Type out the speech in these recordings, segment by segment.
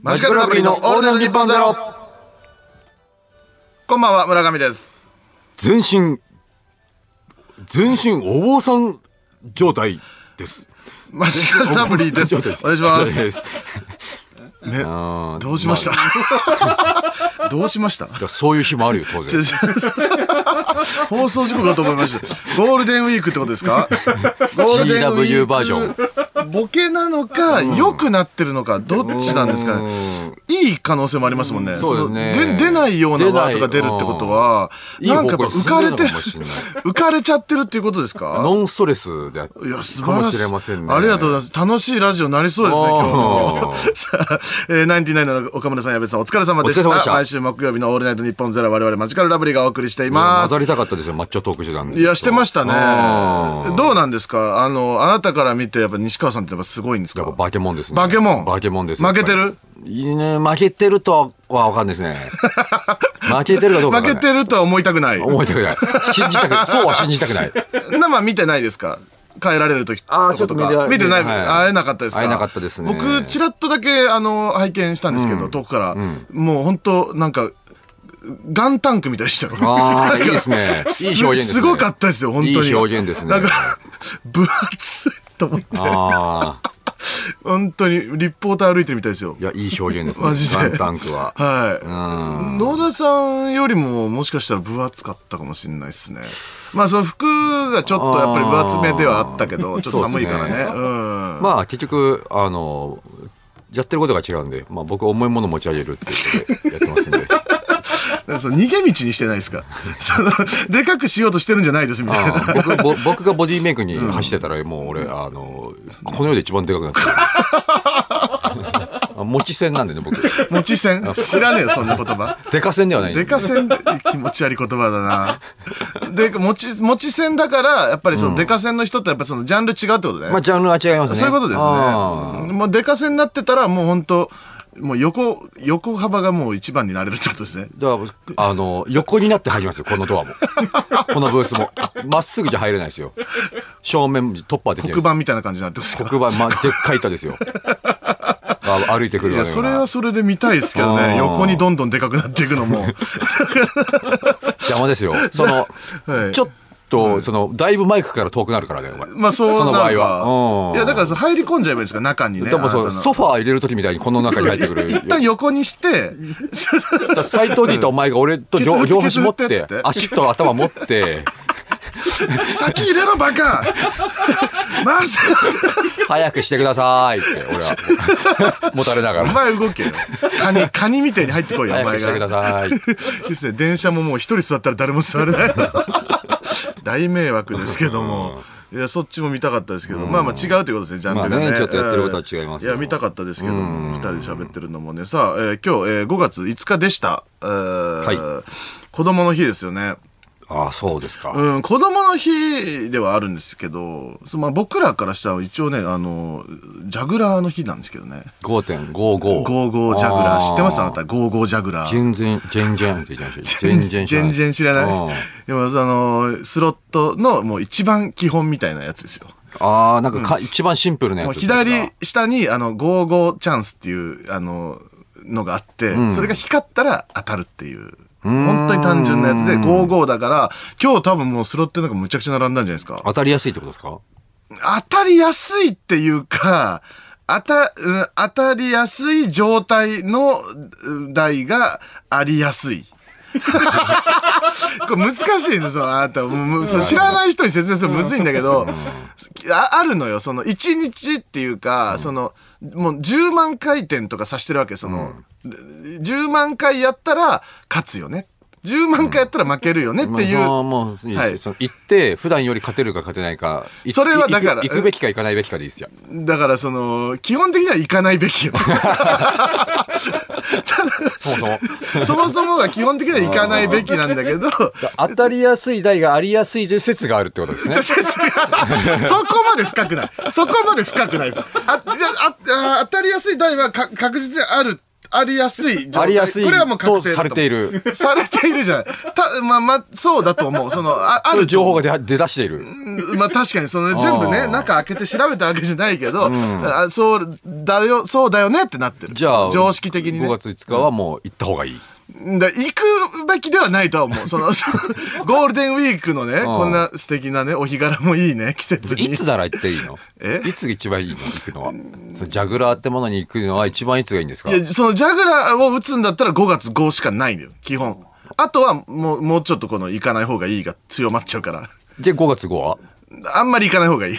マジカルラブリーのオールナイトニッポンゼロ。こんばんは、村上です。全身全身お坊さん状態 です。マジカルラブリー です。お状態願いしま。状態です すね、あーどうしました、どうしました いやそういう日もあるよ当ちょ然。ちょ放送事故かと思いました。ゴールデンウィークってことです かゴールデンウィーク。 GW バージョン。ボケなのか、良くなってるのか、どっちなんですかね。いい可能性もありますもんね。そうだよねそので出ないようなワードが出るってことは、出ないなうんんかやっぱ浮かれてるいい方向に進んでるのかもしれな、浮かれちゃってるっていうことですかノンストレスであったいや、素か晴もらししい。れませんね。ありがとうございざいます。楽しいラジオになりそうですね、今日のあ。ー さあ、えー、ナインティナインの岡村さん、矢部さん、お疲れ様でしお疲れ様た。でした毎週木曜日のオールナイト日本ゼロ、我々マジカルラブリーがお送りしていまます混。ざりたかったですよマッチョトークしてたんで。いや、してましたあね。ーどうなんですかあの、あなたから見て、やっぱ西川さんってやっぱすごいんですやっかぱバケモンですね。バケモンバケモンです。負けてるやっぱりいいね、負けてるとはわかんな いですね。負けてるかどうか負わかんない。けてるとは思いたくない。思いたくない。信じたくない。そうは信じたくない。生見て ないですか帰られる時あーとことちょっと見てなか。い見てない、はい会えなかったですか会えなかったですね僕、ちらっとだけ、あの、拝見したんですけど、遠くから。もう本当なんか、ガンタンクみたいでしたよ。ああ、いいですね。ね。いい表現です、ね。すごかったですよ、本当に。いい表現ですねなんか、分厚いと思って、ああ、本当に、リポーター歩いてるみたいですよい。や、いい表現ですね。 マジでガンタンクは。はい。うん。野田さんよりももしかしたら分厚かったかもしれないですね。まあその服がちょっとやっぱり分厚めではあったけど、ちょっと寒いからね。そうですうねん。まあ、結局、あの、やってることが違うんで、まあ、僕、重いもの持ち上げるっていうことでやってますん で。なんかその逃げ道にしてないです か。その、でかくしようとしてるんじゃないですみたいな。ああ僕ぼ僕がボディメイクに走ってたら、もう俺、あの、この世で一番でかくなっ てる。あ持ち線なんでね、僕。持ち線知らねえよ、そんな言 葉。でか線ではないんででか線、気持ち悪い言葉だな。で、持ち、持ち線だから、やっぱりそのでか線の人ってやっぱそのジャンル違うってことね。まあ、ジャンルは違いますね。そういうことですね。ああもうデカ線になってたら、もう本当もう横、横幅がもう一番になれるってことですね。だから、あの、横になって入りますよ、このド アも。このブースも。まっすぐじゃ入れないですよ。正面、突破できない黒です。板みたいな感じになってますか黒板、ま、でっかい板ですよ。あ歩いてくるいよや、うなそれはそれで見たいですけどあね。ー横にどんどんでかくなっていくの も。邪魔で すよ。その、はいちょっと、その、だいぶマイクから遠くなるからね、お前。まあそうその場な合るかは。。うんいや、だからその入り込んじゃえばいいですか、中にね。でもそうあなたのソファー入れるときみたいにこの中に入ってくる。一旦横にして、斎藤 D とお前が俺とケツ両振って両端持っケツ振っててっつって、足と頭持って、先入れろ、バカまず、早くしてくださいって、俺 は。もたれながおら。前動けよ。カニ、カニみたいに入ってこいよ、お早前くしてくがだ。さい。ですね、電車ももう一人座ったら誰も座れない大迷惑ですけども、いやそっちも見たかったですけど、まあまあ違うということですねジャンルがね,、まあねちょっとやってることは違いますいよや見たかったですけども、二人で喋ってるのもねさあ、えー今日、えー5月5日でした、えーは子供の日ですよねああ、そうですか。うん、子供の日ではあるんですけど、そまあ、僕らからしたら一応ね、あの、ジャグラーの日なんですけどね。 5.55。 55ジャグラー。知ってますあなた、あー55ジャグラー。全然、全然って言ってました。全然知らな全い。然知らあないー。でも、その、スロットのもう一番基本みたいなやつですよ。あー、なんかか一番シンプルもなやうつですか。左下に、あの、55チャンスっていう、あの、のがあって、それが光ったら当たるっていう。本当に単純なやつで、55だから、今日多分もうスロットなんかむちゃくちゃ並んだんじゃないですか。当たりやすいってことですか当たりやすいっていうか、当た、うん、当たりやすい状態のうん台がありやすい。 これ難しいね、その、あなた、もうそう知らない人に説明するのむずいんだけど、ああるのよ、その、1日っていうか、その、もう10万回転とかさしてるわけ、その、10万回やったら勝つよね。10万回やったら負けるよねっていう。まあそのもういいですよはいその行って、普段より勝てるか勝てないか。いそれはいだから行く行くべきか行かないべきかでいいですよ。だからその基本的には行かないべ きよそもそも。そもそもが基本的には行かないべきなんだけど当たりやすい台がありやすいという説があるってことですねちょ。先生がそこまで深くないそこまで深くないですあいやああ当たりやすい台はか確実にあるありやすい状態ありやすいこれはもう確と定だとされている。思うされているじゃないたまあまあそうだと思うそのあああるる情情報報が出出だしている。まあ確かにその全部あねー中開けて調べたわけじゃないけど、あそうだよそうだよねってなってるじゃあ、常識的にね5月5日はもう行った方がいい。だ行くべきではないとは思う。そ の、そのゴールデンウィークのね、こんな素敵なね、お日柄もいいね、季節に。いつなら行っていいのえいつが一番いいの行くのは。そのジャグラーってものに行くのは一番いつがいいんですかいや、そのジャグラーを打つんだったら5月5しかないのよ、基本。あとは、もう、もうちょっとこの、行かない方がいいが強まっちゃうから。で、5月5はあんまり行かない方が いい。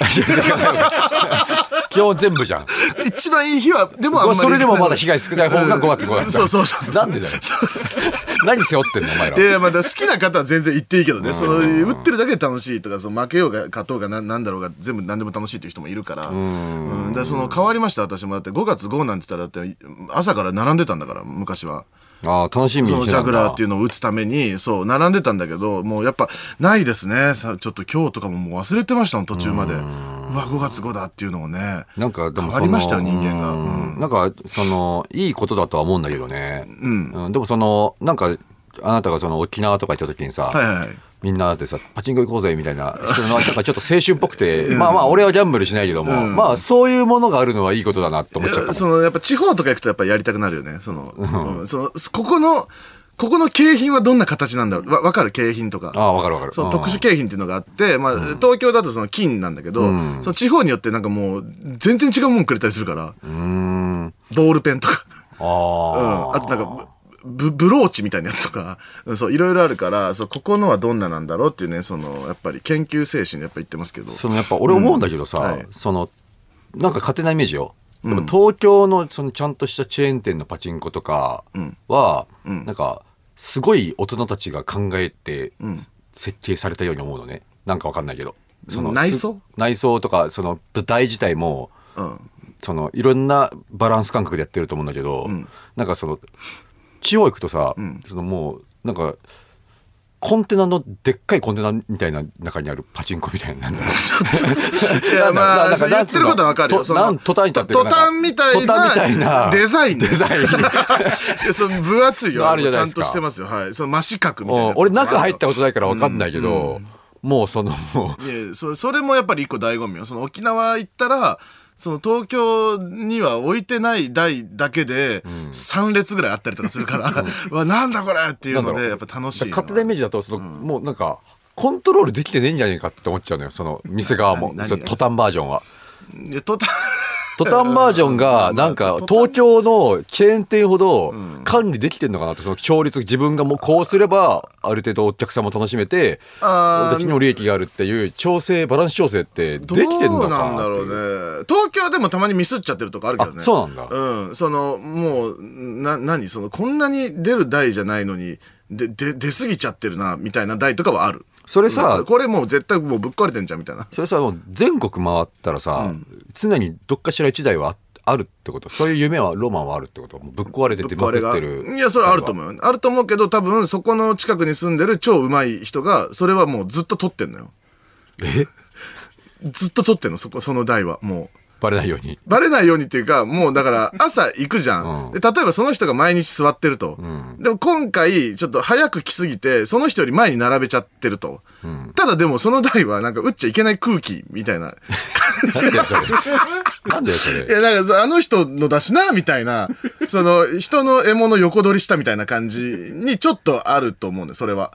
基本全部じゃん。一番いい日は、でもあんまり行かない方がいい。それでもまだ被害少ない方が5月5だったそうそうそうそう。なんでだよそうそう何背負ってんのお前らい。やいや、まあだから好きな方は全然言っていいけどね、その、打ってるだけで楽しいとか、その負けようが勝とうがななんだろうが、全部何でも楽しいっていう人もいるから、うん、だからその変わりました、私も。だって5月5なんて言ったら、だって朝から並んでたんだから、昔は。ああ、楽しみにそのしてジたャんグだラーっていうのを打つために、そう、並んでたんだけど、もうやっぱないですね。さちょっと今日とかももう忘れてましたもん、途中まで。うわ、5月5だっていうのをね。なんかでも変そのわりましたよ、人間が。うんなんかそのいいことだとは思うんだけどね、うん、でもそのなんかあなたがその沖縄とか行った時にさ、はいはいはい。みんなでさパチンコ行こうぜみたいな人のなんかちょっと青春っぽくて、 まあまあ俺はギャンブルしないけども、まあそういうものがあるのはいいことだなと思っちゃったもんそのやっぱ地方とか行くとやっぱやりたくなるよねその,、うんそのここのここの景品はどんな形なんだろうわ分かる景品とかああわかるわかるそううん特殊景品っていうのがあって、まあ、東京だとその金なんだけど、その地方によってなんかもう全然違うもんくれたりするからうーんボールペンとか、うあん、あとなんかブブローチみたいなやつとか うんそういろいろあるからそうここのはどんななんだろうっていうねそのやっぱり研究精神でやっぱ言ってますけどあ、そのやっぱ俺思うんだけどさ、うんはいそのなんか勝手なイメージよでも東京のそのちゃんとしたチェーン店のパチンコとかは、なんかすごい大人たちが考えて設計されたように思うのねなんかわかんないけどその内装す内装とかその舞台自体もうん、そのいろんなバランス感覚でやってると思うんだけど、なんかその地方行くとさ、そのもうなんかコンテナのでっかいコンテナみたいな中にあるパチンコみたいななんだろ ういやまあ、なんか言ってることはわかるよ。とそのなん途端に立ってる途端みたい途端みたいななデザインねデザインい やその分厚いよ。あるじゃないですかちゃんとしてますよ。はい。その真四角みたいな もやうつ。俺中入ったことないから分かんないけど、もうそのもういやそれそれもやっぱり一個醍醐味よ。その沖縄行ったら、その東京には置いてない台だけで3列ぐらいあったりとかする から、う わ、なんだこれっていうのなんだろで、うやっぱ楽しいのは。勝手なイメージだとその、もうなんかコントロールできてねえんじゃねえかって思っちゃうのよその店側も何何その途端バージョンは。いや途端トタンバージョンが、なんまかあ、東京のチェーン店ほど管理できてんのかなって、その勝率、自分がもうこうすれば、ある程度お客様楽しめて、あー私にも利益があるっていう調整、バランス調整ってできてんどのうなかんなだってろいううね東京でもたまにミスっちゃってるとかあるけどねあそうなんだうんそのもうな何そのこんなに出る台じゃないのにでで出過ぎちゃってるなみたいな台とかはあるそれさうんこれもう絶対もうぶっ壊れてんじゃんみたいなそれさ、もう全国回ったらさ、常にどっかしら一台はああるってこと、そういう夢は、ロマンはあるってこと、もうぶっ壊れてて、まこくれっがてる。いやそれはあると思うよあると思うけど多分そこの近くに住んでる超うまい人がそれはもうずっと取ってんのよえずっと取ってんのそこその台はもうバレないように。バレないようにっていうか、もうだから朝行くじゃん。で例えばその人が毎日座ってると。でも今回ちょっと早く来すぎて、その人より前に並べちゃってると。ただでもその台はなんか打っちゃいけない空気みたいな感じなんがだよ、そ れ。なんだよ、それい。や、なんかそう、あの人のだしな、みたいな、 その、人の獲物横取りしたみたいな感じにちょっとあると思うんだよ、それは。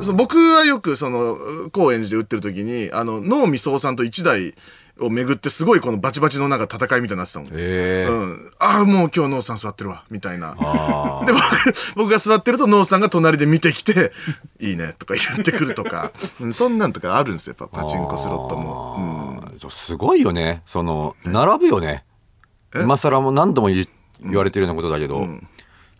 そう僕はよく、その、高円寺で打ってる時に、あの、能見総さんと一台を巡って、すごいこのバチバチのなんか戦いみたいになってたもん。えーうん、ああ、もう今日、ノーさん座ってるわ、みたいな。で、僕僕が座ってると、ノーさんが隣で見てきて、 いいね、とか言ってくるとか、うんそんなんとかあるんですよ、やっぱパチンコスロットも。あーすごいよねその並ぶよね今更も何度も言言われてるようなことだけど、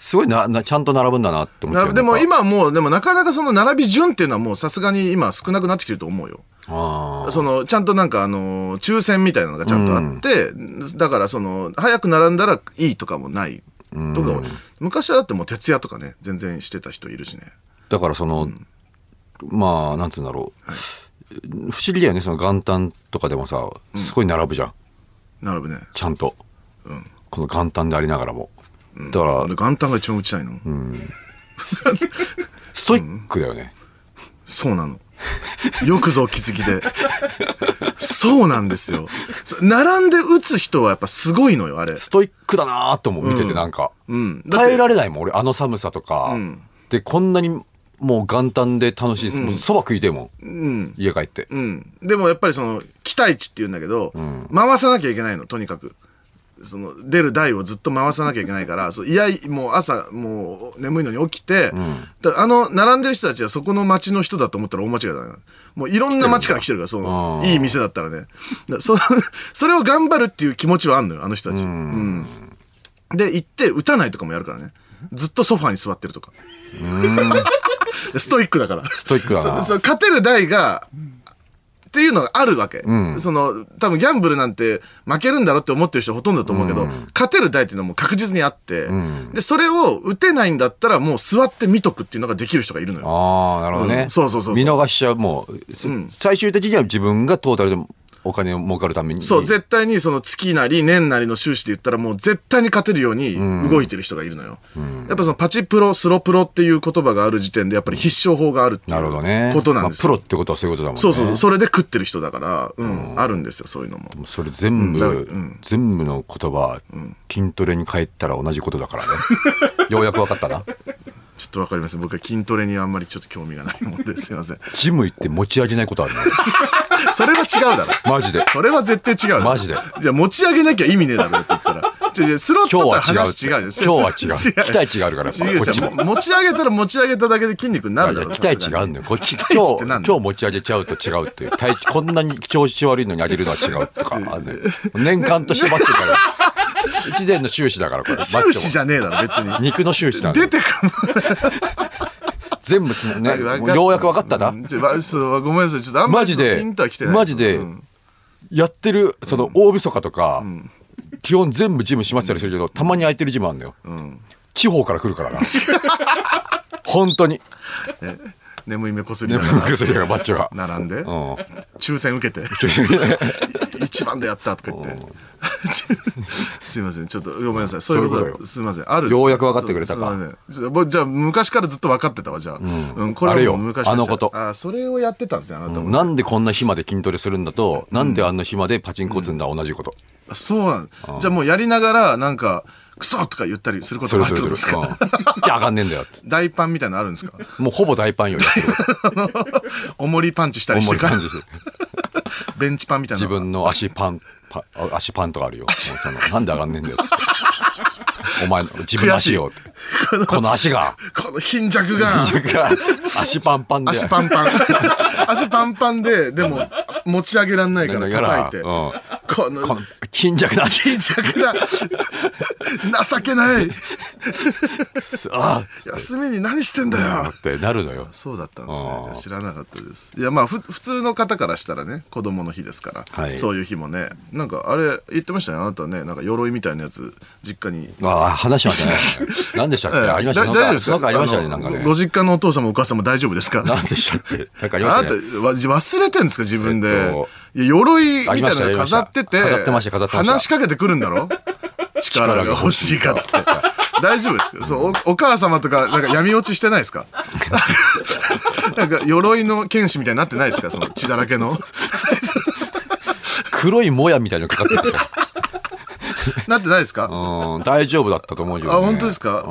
すごいななちゃんと並ぶんだなって思っちゃうなよでもやっ今もう、でもなかなかその並び順っていうのはもうさすがに今少なくなってきてると思うよ。ぱあその、ちゃんとなんかあの、抽選みたいなのがちゃんとあって、だからその、早く並んだらいいとかもない。とか、昔はだってもう徹夜とかね、全然してた人いるしね。ーだからその、まあなんつうんだろう、不思議だよねその元旦とかでもさすごい並ぶじゃん並ぶね。ちゃんと、この元旦でありながらもだから俺元旦が一番打ちたいの、ストイックだよね、そうなのよくぞお気づきでそうなんですよそ並んで打つ人はやっぱすごいのよあれストイックだなとも見ててなんか、うんだって耐えられないもん俺あの寒さとか、でこんなにもう元旦で楽しいです、もうそば食いてえもん、うん家帰って、うん、でもやっぱりその期待値っていうんだけど、回さなきゃいけないのとにかくその出る台をずっと回さなきゃいけないからそういやいもう朝もう眠いのに起きて、だあの並んでる人たちはそこの町の人だと思ったら大間違いだなもういろんな町から来てるからそのあーいい店だったらねだそ それを頑張るっていう気持ちはあんのよあの人たち、うんで行って打たないとかもやるからねずっとソファに座ってるとか ストイックだからストイックだなそう勝てる台がっていうのがあるわけ、その多分ギャンブルなんて負けるんだろって思ってる人ほとんどだと思うけど、勝てる台っていうのはもう確実にあって、でそれを打てないんだったらもう座って見とくっていうのができる人がいるのよああなるほどね、うんそうそうそうそう見逃しちゃうもう、す最終的には自分がトータルでお金を儲かるためにそう絶対にその月なり年なりの収支で言ったらもう絶対に勝てるように動いてる人がいるのよ、やっぱそのパチプロスロプロっていう言葉がある時点でやっぱり必勝法があるっていなるほどねうことなんですよ、まあプロってことはそういうことだもんねそうそうそうそれで食ってる人だから、うんあるんですよそういうのもそれ全部、うんだ全部の言葉、筋トレに変えたら同じことだからねようやく分かったなちょっとわかりません。僕は筋トレにあんまりちょっと興味がないもんですいません。ジム行って持ち上げないことあるねそれは違うだろ。マジでそれは絶対違うだろ。マジでじゃあ持ち上げなきゃ意味ねえだろって言ったら。違う違うスロット今日とはは違う 話違うよ。今日は違う期待値があるから違う違うこっちももう持ち上げたら持ち上げただけで筋肉になるいだやろ。期待値があるのよこっち期待今値っ日てなんだ今日持ち上げちゃうと違うっていう体こんなに調子悪いのに上げるのは違うと かあるのよ年間として待ってるから一年の収支だからこれ終始じゃゃねえだろ、別に。肉の収支なん出だよてか全部つなねわかもうようやく分かったな、うんちょわそうごめんなさい。ちょっとあんまマりジちょっとでピンとは来てない。マジでうんやってるその大晦日とか、基本全部ジム閉まってたりするけどたまに空いてるジムあるのよ、地方から来るからな本当に眠い目こすり眠ながくするからマッチョがら並んで、うん抽選受けて。一番でやったとか言って。 すいません、ちょっとごめんなさい。そういうことそういうだ。ことよすいません。あるようやく分かってくれたかすいませんちょっと僕じゃあ、昔からずっと分かってたわ、じゃあ。うん、こあれれはよもう昔でしたあのことあ、それをやってたんですよ、あなたも。 なんでこんな暇で筋トレするんだと、なんであんな暇でパチンコ打つんだ、同じこと。あそうなんじゃあもうやりながら、なんか、クソとか言ったりすることそもれあるっそてれこそとれ。ですうんか。上がんねえんだよっつって。大パンみたいなのあるんですかもうほぼ大パ ンよ、やってること。おもりパンチしたりし思ていから感、じして。ベンチパンみたいな自のが。分の足パン、パあ足パンとかあるよ。もう そのなんで上がんねえんだよっつって。お前の自分の足よって。この足が、この貧弱が。 足パンパンで。足パン パン。足パンパンで、でも、持ち上げらんないからだから叩いて。うんこのこの筋弱な足。貧弱な情けないあ休みに何してんだよあってなるのよ。そうだったんですね知らなかったですいやまあふ普通の方からしたらね子供の日ですから、はいそういう日もねなんかあれ言ってましたねあなたねなんか鎧みたいなやつ実家に、ああ、話し ましたね。何でしたっけええありましただ大なん丈夫かですなんかありましたね、あなのんかねご。ご実家のお父様お母様大丈夫ですか何でしたっけなんかありましあたなねた。わ忘れてんですか自分で、えっといや鎧みたいありなましたの飾っててありました飾ってました飾ってました話しかけてくるんだ ろ力が欲しいかっつって大丈夫ですかそうおお母様とかなんか闇落ちしてないですか なんか鎧の剣士みたいになってないですかその血だらけ の黒いもやみたいなのかかってたじゃんなってないですか、 うん、大丈夫だったと思うけど、ね。あ本当ですか、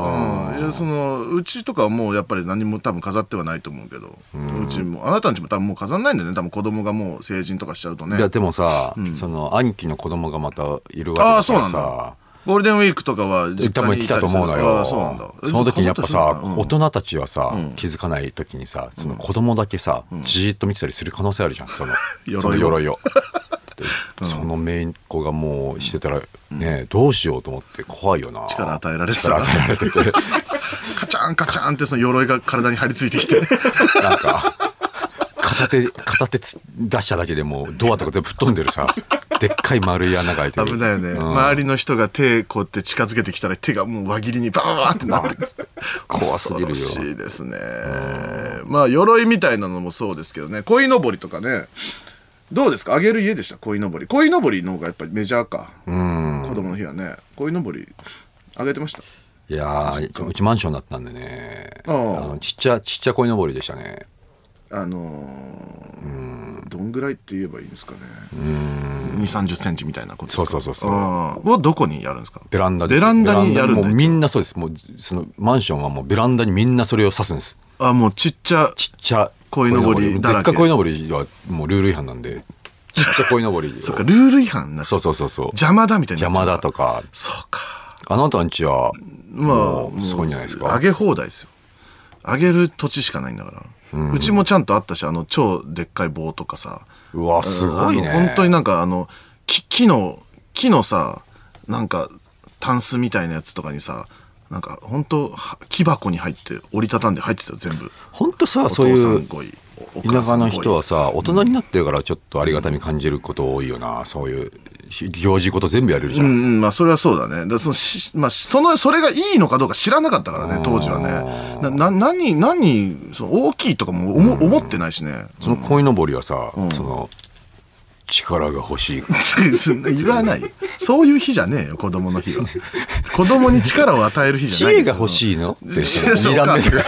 うん、いやそのうちとかはもうやっぱり何も多分飾ってはないと思うけど、うちもあなたんちも多分もう飾んないんだよね多分子供がもう成人とかしちゃうとねいや、でもさ、その、兄貴の子供がまたいるあわあけそうだなかんらださ、ゴールデンウィークとかは実多家分に来いたたとりする思うのあよ。あそうなんだその時にやっぱさ、うん大人たちはさ、気づかない時にさ、その子供だけさ、じーっと見てたりする可能性あるじゃん、その、 鎧をその 鎧を。でその姪っ子がもうしてたら、ねどうしようと思って怖いよな。力与えられてた力ら与えられてて。カチャンカチャンってその鎧が体に張り付いてきてなんか、片手、片手つ出しただけでもうドアとか全部吹っ飛んで るさ、でっかい丸い穴が開いてる。危ないよね、うん周りの人が手こうやって近づけてきたら手がもう輪切りにバーンってなってくる 怖すぎるよ恐ろしいですねまあ鎧みたいなのもそうですけどね鯉のぼりとかねどうですかあげる家でした鯉のぼり鯉のぼりの方がやっぱりメジャーか、子供の日はね鯉のぼりあげてましたいやーうちマンションだったんでねあうんのちっちゃちっちゃこいのぼりでしたねあのーどんぐらいって言えばいいんですかね2 3 0センチみたいなことですかそうそうそうそうんをどこにやるんですかベランダですベランダにやるんだベランダもうみんなそうですもうそのマンションはもうベランダにみんなそれを指すんですあもうちっちゃちっちゃ鯉のぼり鯉のだらけでっかこいのぼりはもうルール違反なんでちっちゃこいのぼりそっかルール違反になっちゃそううそうそうそう邪魔だみたいにな邪っちゃ魔うだとかそうかあなたんちはまあもうすごいんじゃないですもうか上げ放題ですよ上げる土地しかないんだから、うちもちゃんとあったしあの超でっかい棒とかさうわすごいねあの本当になんかあの木木の木のさなんかタンスみたいなやつとかにさなんか本当は木箱に入って折りたたんで入ってたよ全部本当さおそうい父さんうごいおお母田さ舎んごのい人はさ大人になってからちょっとありがたみ感じること多いよなそういう行事こと全部やれるじゃうんんうんまあそれはそうだねだそのし、まあ、そのそれがいいのかどうか知らなかったからね当時はねなな何何その大きいとかも思,、思ってないしねその鯉のぼりはさその力が 欲しいそんな言わないよそういう日じゃねえよ子供の日は子供に力を与える日じ知ゃないで恵すがよ欲しいのって知恵そう2段目と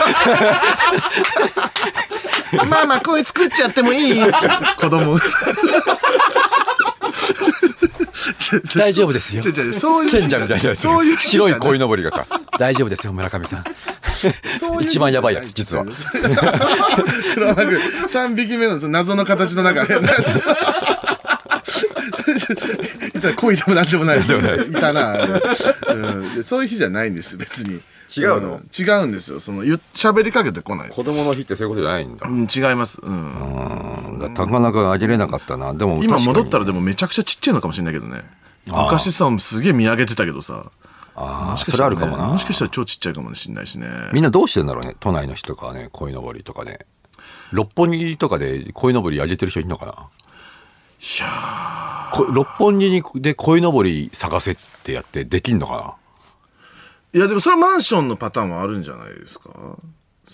かまあまあ、こういう作っちゃってもいい子供。 大丈夫ですよ違う違うそういう賢者みたいなやつそういう白い鯉の。のぼりがさ大丈夫ですよ村 上さんそういう一番やばいやつ実は黒幕3匹目のその謎の形の中変なやつ。いた恋でもなんでもないです。いたな、うん。そういう日じゃないんです、別に。違うのん違うんですよ。その、ゆ喋りかけてこないです。供の日ってそういうことじゃないんだうん、違います。うん。なかなかあげれなかったなでも今戻ったららでもめちゃくちゃちっちゃいのかもしれないけどね。昔さ、すげえ見上げてたけどさ。あもしーかしそれたあらるねかもなもしかしたら超ちっちゃいかもしれないしね。みんなどうしてんだろうね都内の人とかはね鯉のぼりとかね六本木とかで鯉のぼりあげてる人いるのかないや六本木にで鯉のぼり探せってやってできんのかいや、でもそれはマンションのパターンはあるんじゃないですか。そ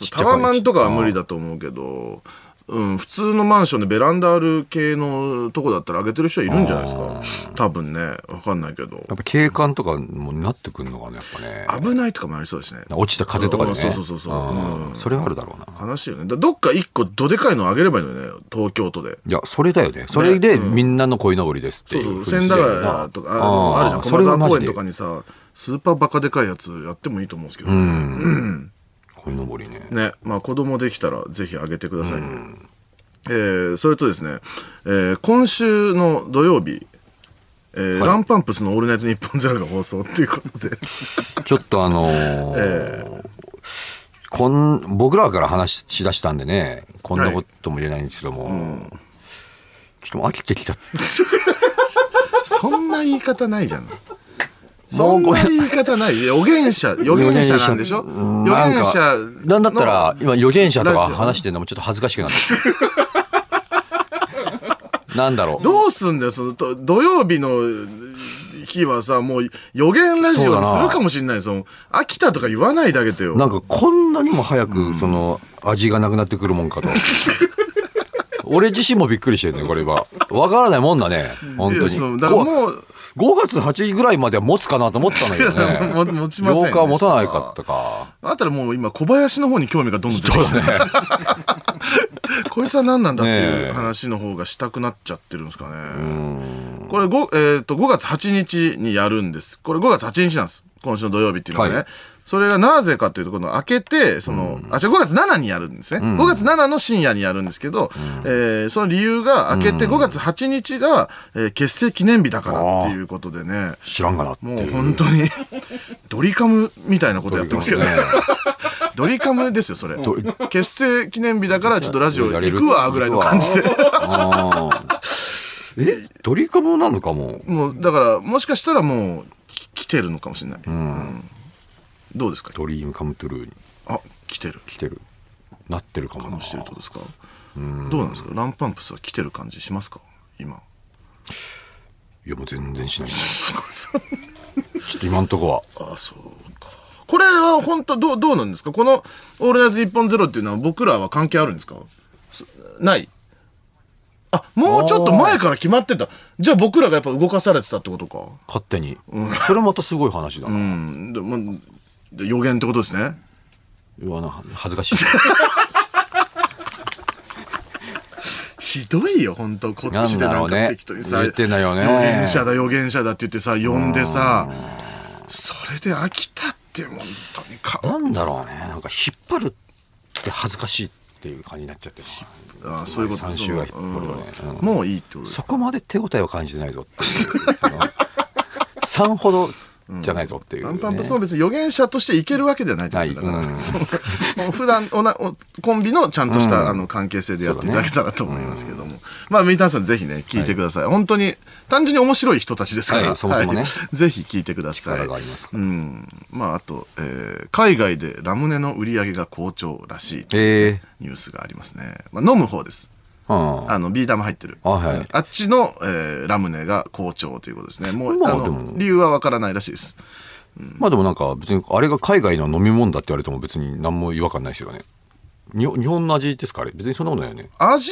うちゃいタワマンとかは無理だと思うけど、うん、普通のマンションでベランダある系のとこだったら上げてる人はいるんじゃないですか。多分ね、わかんないけどなや。っぱ景観とかもなってくんのかなやっぱね危ないとかもありそうだしね。落ちた風とかでねうんそうそうそうそううんそれはあるだろうな悲しいよね。だどっか一個どでかいの上げればいいのよね、東京都で。いやそれだよねそれでみんなの鯉のぼりですってそいうそうう、風に千す駄りゃいいヶな谷とか、あの、あるじゃん、そ駒れは沢マ公ジ園でとかにさ、スーパーバカでかいやつやってもいいと思うんですけどね。鯉のぼりねね、まあ子供できたらぜひあげてくださいね。えーそれとですね、えー今週の土曜日、えーはいランパンプスの「オールナイトニッポンゼロが放送っていうこと でちょっとあのーこん僕らから話し出したんでねこんなことも言えないんですけども、ちょっともう飽きてきたそんな言い方ないじゃんも そうんこれな言い方ない予言者予言者なんでしょうん予なん言か者なんだったら今予言者とラかジオ話してるのもちょっと恥ずかしくなってきた なんだろうどうすんだよそのと土曜日の日はさもう予言ラジオにするかもしれないその飽きたとか言わないだけでよなんかこんなにも早くその味がなくなってくるもんかと。俺自身もびっくりしてるね、これは。わからないもんだね、本当いやに。そうだからもう5月8日ぐらいまでは持つかなと思ったんだけど いやね。も持ちませんでし8日たは持たないかったか。あったらもう今小林の方に興味がどんどん出てそきて、うですね。 こいつは何なんだってねいえう話の方がしたくなっちゃってるんですかね。これ 5,、えー、と5月8日にやるんです。これ5月8日なんです。今週の土曜日っていうのはね。はいそれがなぜかというと、この開けて、その、あ、じゃ5月7にやるんですね。5月7の深夜にやるんですけど、えーその理由が開けて5月8日が、えー結成記念日だからっていうことでね。知らんがなってもいうう。本当 に、ドリカムみたいなことやってますけどね。ドリカムですよ、それ。結成記念日だから、ちょっとラジオ行くわ、ぐらいの感じで。あー えドリカムなのかも。もう、だから、もしかしたらもう、き来てるのかもしれない。うんどうですかドリームカムトゥルーにあ、来てる。来てる。なってるかもな。してるってことですかどうなんですかランパンプスは来てる感じしますか 今。いや、もう全然しない。ちあ、ょっと今んとこは。そうか。これは本当どう、どうなんですかこの、オールナイトニッポンゼロっていうのは僕らは関係あるんですかそないあ、もうちょっと前から決まってた。じゃあ僕らがやっぱ動かされてたってことか。勝手に。それまたすごい話だな。うん、でまあ予言ってことですね。うわな恥ずかしいひどいよ、本当こっちでなんか適当にさ、なんだろうね言ってんだよね予言者だ、予言者だって言ってさ、呼んでさ、それで飽きたって、本当にかなんだろうねなんか引っ張るって恥ずかしいっていう感じになっちゃってるなあーそういうこと三週は引っ張るよねうんもういいってことですそこまで手応えは感じてないぞっていうその3ほどじゃないぞっていう、ねアンパンパン、その別に予言者としていけるわけではないってことですよだないから、うんそ のもう普段おなおコンビのちゃんとした、あの関係性でやっていただけたらと思いますけども、まあ、ミータンさんぜひね、聞いてください。本当に、単純に面白い人たちですから、はいそもそもねはいぜひ聞いてください。力がありますかうん。まあ、あと、えー海外でラムネの売り上げが好調らしいというえニュースがありますね。まあ、飲む方です。ー、うんあの、ビー玉入ってる。あはいねあっちの、えーラムネが好調ということですね。もう、まああでもの、理由はわからないらしいです。まあでもなんか別にあれが海外の飲み物だって言われても別に何も違和感ないですよね。に日本の味ですかあれ別にそんなことないよね。味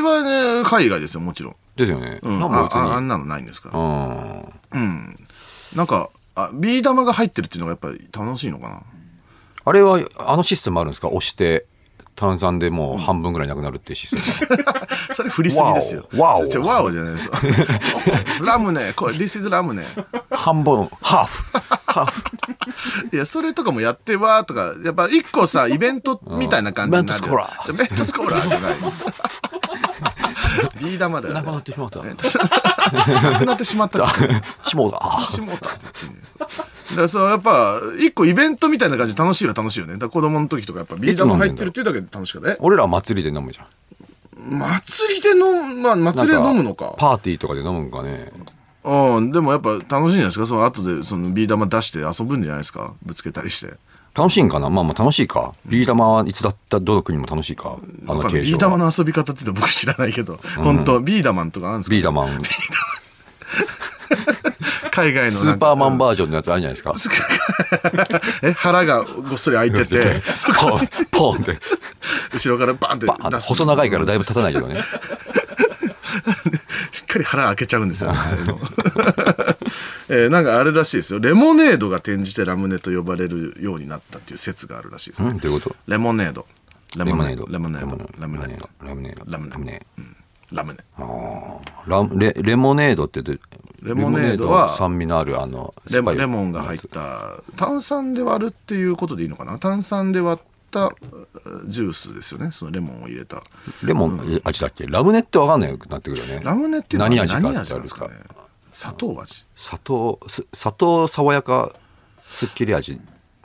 はね、海外ですよ、もちろん。ですよね。うん、なんかあ別ああに。んなのないんですから。うん。なんか、あビー玉が入ってるっていうのがやっぱり楽しいの かな。あれはあのシステムあるんですか押して炭酸でもう半分ぐらいなくなるっていうシステム。それ振りすぎですよ。ワオワオちょワオじゃないですよ。 ラムネ、これ、This is ラムネ。半分、ハーフ。ハーフ。いや、それとかもやってわーとか、やっぱ一個さ、イベントみたいな感じになる。うんメントスコーラじゃメントスコーラじゃない。 ビー玉だよ、なねく。なってしまった。なくなってしまったって。 しもうた。あしもうたって言ってんねだからそう、やっぱ、一個イベントみたいな感じで楽しいは楽しいよね。だから子供の時とかやっぱビー玉入ってるっていうだけで楽しかった。え俺らは祭りで飲むじゃん。祭りで飲む、まあ、祭りで飲むのか。パーティーとかで飲むんかね。うん、でもやっぱ楽しいんじゃないですか。その後で、そのビー玉出して遊ぶんじゃないですか。ぶつけたりして。楽しいんかなまあまあ楽しいか。ビー玉はいつだったどの国も楽しいか。あのわかんない形ビー状玉のは。遊び方って僕知らないけど、本当ビーダマンとかあるんですかビー玉。海外のスーパーマンバージョンのやつあるじゃないですか。 ー。え、腹がごっそり開いて て、そポこン、ポンって。後ろからバンってバーンって出す。細長いからだいぶ立たないけどね。 しっかり腹開けちゃうんですよ、ね。 えーなんかあれらしいですよ。レモネードが転じてラムネと呼ばれるようになったっていう説があるらしいですうね。ん、どういうことレモネード。レレモネード。レモネード。レレモモネネーードド。。レモネーラムネードド。ラムネ。ラムネ。ラレレモネードってどレモネードはレモ酸味のあるあの、レ酸っぱモいレモンが入った炭酸で割るっていうことでいいのかな炭酸で割ったうジュースですよねそのレモンを入れたレモン味だっけラムネってわかんないくなってくるよね。ラムネっていうのは何味何な味んかってあるんでですすかかね砂糖味砂糖、す砂糖爽やか、すっきり味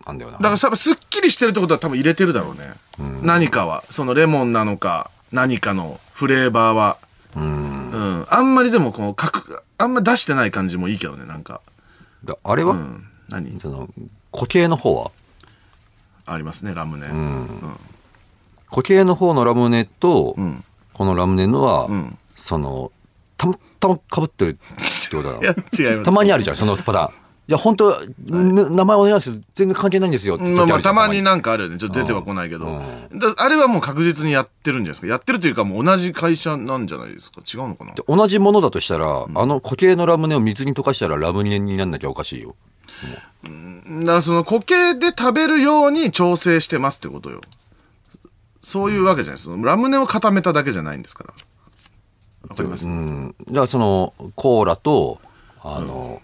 なんだよな。だからさすっきりしてるってことは多分入れてるだろうね、何かはそのレモンなのか何かのフレーバーはうん、あんまりでもこうかくあんま出してない感じもいいけどねなんかだあれは、うん何その、固形の方はありますねラムネ、固形の方のラムネと、このラムネのは、そのたまたまかぶってるってことだいや違いますたまにあるじゃんそのパターンいや本当、む名前お願いします全然関係ないんですよって時まあまるあじゃたんまになんかあるよね。ちょっと出てはこないけど。だあれはもう確実にやってるんじゃないですか。やってるというかもう同じ会社なんじゃないですか。違うのかなで同じものだとしたら、あの固形のラムネを水に溶かしたらラムネになんなきゃおかしいよだからその固形で食べるように調整してますってことよ。そういうわけじゃないです。そのラムネを固めただけじゃないんですから。わかります、うんだからそのコーラとあの、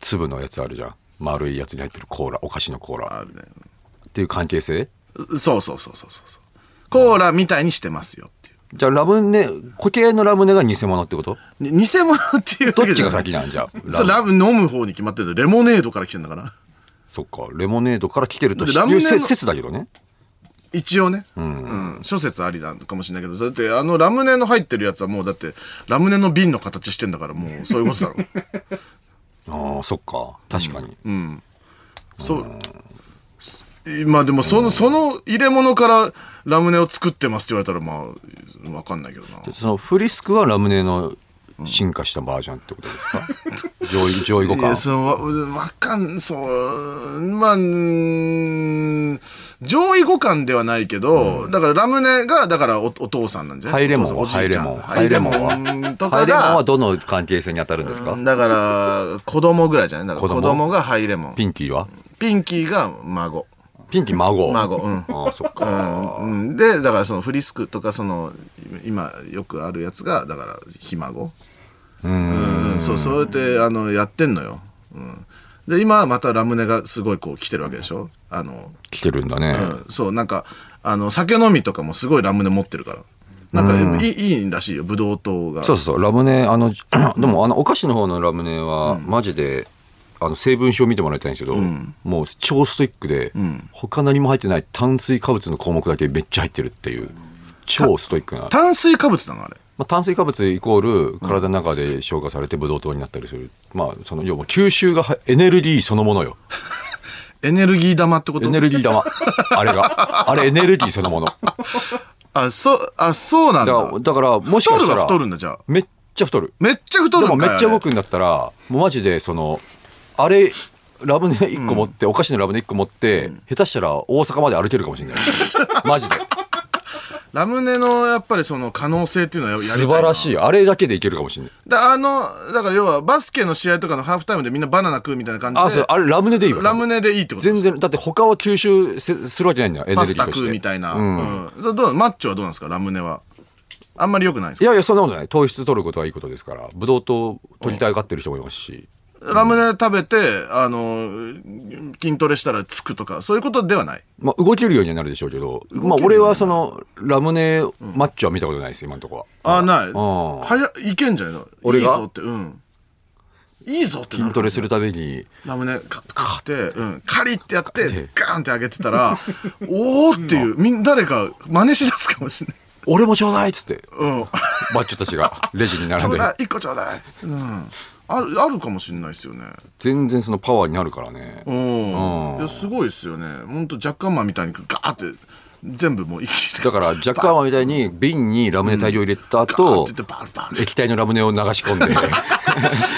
粒のやつあるじゃん丸いやつに入ってるコーラお菓子のコーラあるね。っていう関係性うそうそうそうそうそうそう。コーラみたいにしてますよっていう。じゃあラムネ固形のラムネが偽物ってことに偽物っていうどわっけちじゃがない。先なんじゃあラムネ そうラム飲む方に決まってる。レモネードから来てんだから。そっか、レモネードから来てるとでラムいネうのせ説だけどね。一応ね、うん諸説ありなのかもしれないけどだってあのラムネの入ってるやつはもうだってラムネの瓶の形してんだからもうそういうことだろああ、そっか、確かに。そうすまあでもそのその入れ物からラムネを作ってますって言われたらまあ分かんないけどなそのフリスクはラムネの進化したバージョンってことです か、上位、上位互いや換。そうわわかんそうまあうーん上位互換ではないけど、だからラムネが、だからおお父さんなんじゃなハいイレモンおは、じハイいちレゃモんン。ハイレモンとハかイレモンがは、どの関係性に当たるんですかだから、子供ぐらいじゃないだから子子供供がハイレモン。ピンキーはピンキーが孫。ピンキー孫。孫うんああ、そっうか。んうん、でだからそのフリスクとかその今よくあるやつがだからひ孫うんそうそうやってあのやってんのよ、うん、で今はまたラムネがすごいこう来てるわけでしょあの、来てるんだね。うん、そうなんかあの酒飲みとかもすごいラムネ持ってるからなんかいい,、いいらしいよブドウ糖がそうそうそう、ラムネ、あの、 でも、あの、お菓子の方のラムネは、マジで、あの、成分表見てもらいたいんですけど、もう超ストイックで、他何も入ってない炭水化物の項目だけめっちゃ入ってるっていう、超ストイックな。炭水化物なのあれまあ、炭水化物イコール体の中で消化されてブドウ糖になったりする、まあその要は吸収がはエネルギーそのもの よエネルギー玉ってこエとネルギー玉あれがあれエネルギーそのものだかあそうあそうなんだらだからもしか太しるたはら太るんだじゃあめっちゃ太るめっちゃ太るでんかもいめっちゃあれ動くんだったらもうマジでそのあれラムネ1個持って、お菓子のラムネ1個持って、下手したら大阪まで歩けるかもし れないマジでラムネのやっぱりその可能性っていうのはややりたい素晴らいしいあれだけでいけるかもしれないだあのだから要はバスケの試合とかのハーフタイムでみんなバナナ食うみたいな感じであそうあれラムネでいいわラムネでいいってこと全然だって他を吸収せするわけないんだよエネパルギスータと食うしみてたいな、ううんどどうマッチョはどうなんですかラムネはあんまりよくないんですいかやいやそんなことない糖質取ることはいいことですからブドウ糖取りたがってる人もいますし、ラムネ食べてあの筋トレしたらつくとかそういうことではないまあ、動けるようにはなるでしょうけど、まあ、俺はそのラムネマッチョは見たことないです今のところはあないんはやいけんじゃないの俺がいいぞってうんいいぞってな筋るトレするためにラムネ買って、うん、カリってやってて、ガーンって上げてたら、 おーっていう、みん、誰か真似しだすかもしれない。 「俺もちょうだい」っつってうん。マッチョたちがレジにち並ょんうでだい、一個ちょうだい。うん。ある、あるかもしれないですよね。全然そのパワーになるからねうん。いや、すごいですよね。ほんと、ジャッカンマンみたいに、ガーって、全部もう一気に。だからジャッカーマンみたいに瓶にラムネ大量入れたガーっ後て言って、バルバル。液体のラムネを流し込ん で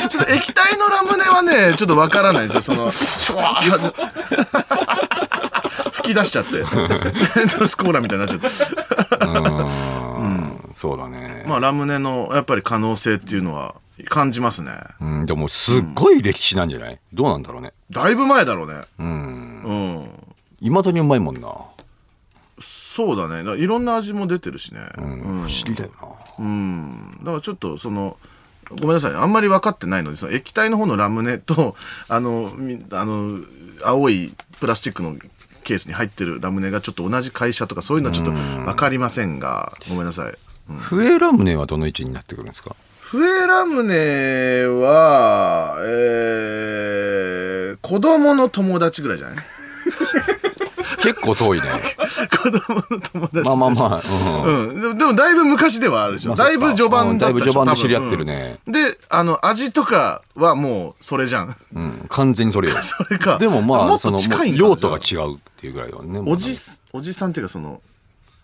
ちょっと液体のラムネはね、 ちょっとわからないんですよ。その、シュワー 吹き出しちゃって。 ドスコーラみたいになっちゃって。うんそうだねまあ、ラムネのやっぱり可能性っていうのは感じますね。うん、でもすっごい歴史なんじゃない、どうなんだろうね。だいぶ前だろうね。うん。うん。いまだにうまいもんな。そうだね。だからいろんな味も出てるしね。ううんん。不思議だよだからちょっとその、ごめんなさい。あんまり分かってないので、その液体の方のラムネと、 あの、みあの、青いプラスチックのケースに入ってるラムネがちょっと同じ会社とかそういうのはちょっと分かりませんが、ごめんなさい。な。フエラムネはどの位置になってくるんですか笛ラムネは、えー、子供の友達ぐらいじゃない結構遠いね。 子供の友達。まあまあまあ。うんうん。でも、でもだいぶ昔ではあるでしょ。まあそっだかいぶ序盤だったでしょ。うんだいぶ序盤で多分知り合ってるねうんで、あの、味とかはもう、それじゃん。 うん、完全にそれよ。それか。でもまあ、もっそとの、も近ういんだ用途がじ違うっていうぐらいだよね。ゃあおじ、おじさんっていうか、その、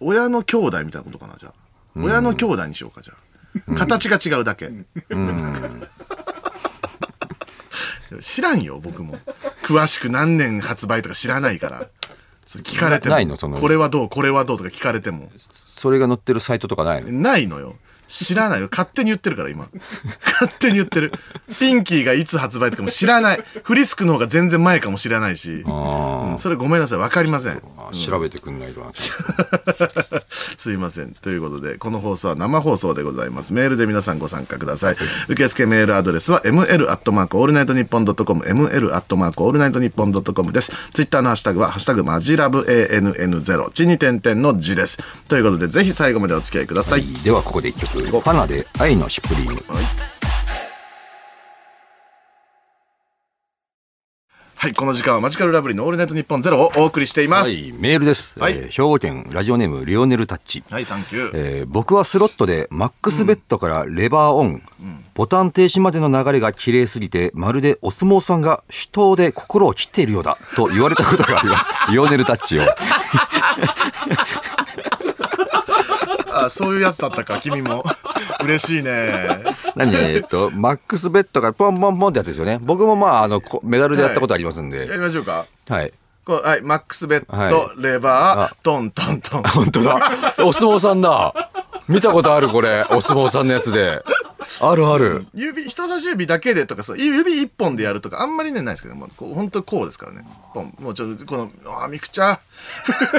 親の兄弟みたいなことかな、じゃあ。親の兄弟にしようか、じゃあ。形が違うだけ。 知らんよ、僕も。詳しく何年発売とか知らないから。それ聞かれても。ないのそのこれはどう、これはどうとか聞かれても。それが載ってるサイトとかないのないのよ。知らないよ。勝手に言ってるから、今。勝手に言ってる。ピンキーがいつ発売とかも知らない。フリスクの方が全然前かもしれないし。あうんそれごめんなさい。わかりません。 あ、調べてくんないとな。すいません。ということで、この放送は生放送でございます。メールで皆さんご参加ください。受付メールアドレスは ml アットマークオールナイトニッポンドットコム、ml アットマークオールナイトニッポンドットコムです。ツイッターのハッシュタグは、ハッシュタグマジラブ ANN0、地に点々の字です。ということで、ぜひ最後までお付き合いください。では、ここで一曲。ファナで愛のシュプリーム。はい、この時間はマジカルラブリーのオールナイトニッポンゼロをお送りしています。ははい、い、メールです。はいえー兵庫県ラジオネームリオネルタッチ。サンキュー。えー僕はスロットでマックスベッドからレバーオン、ボタン停止までの流れが綺麗すぎてまるでお相撲さんが手刀で心を切っているようだと言われたことがあり ますリオネルタッチをあ、そういうやつだったか、君 も。嬉しいね。何えーっとマックスベッドからポンポンポンってやつですよね僕もまああのこメダルでやったことありますんで、やりましょうか。はいこうはい、マックスベッド、はレバー、トントントン。本当だ。お相撲さんだ。見たことあるこれ。お相撲さんのやつで。あるある。指、人差し指だけでとか、そう、指一本でやるとか、あんまりね、ないですけど、もう、こう本当こうですからね。ポン。もうちょっと、この、あー、ミクチャ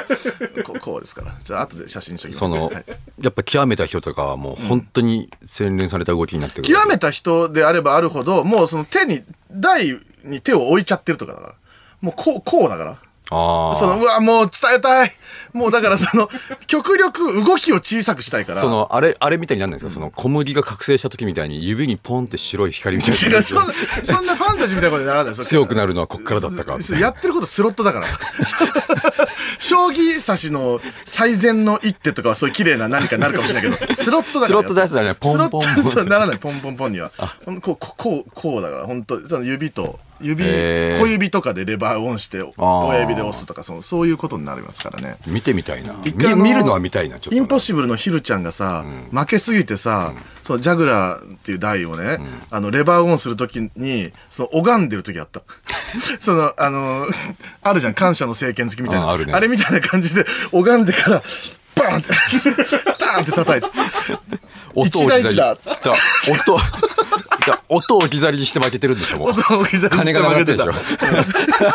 ー こう。こうですから。じゃあ、後で写真にしときます、そのはい、やっぱ極めた人とかはもう本当に洗練された動きになってくる。極めた人であればあるほど、もうその手に、台に手を置いちゃってるとかだから。もう、こう、こうだから。ああ。その、うわ、もう伝えたい。もうだから その、極力動きを小さくしたいから。そのあれあれみたいになるんですか、その小麦が覚醒した時みたいに指にポンって白い光みたいいなやそんなそんなファンタジーみたいなことにならないですよ強くなるのはこっからだったかそうやってることスロットだ から。将棋指しの最善の一手とかはそういう綺麗な何かになるかもしれないけど、スロットだから。スロットだやつだねポンスロットポンポンそうならない、ポンポンポンには。こう、こう、こうこうだから、本当その指と、指、へー小指とかでレバーをオンして、親指で押すとか、そのそういうことになりますからね。見てみたいなみ一回あの見るのは見たいなちょっとイなンポッシブルのヒルちゃんがさ、負けすぎてさ、そのジャグラーっていう台をね、あのレバーオンするときにその拝んでる時あった そのあのあるじゃん感謝の政権好きみたいなあああるねれみたいな感じで拝んでからバーンって ダーンって叩いて音を置き去一り大事だだから音を だから音を置き去りにして負けてるんでしょもう音を刻みして金が流れてるでしょ負け た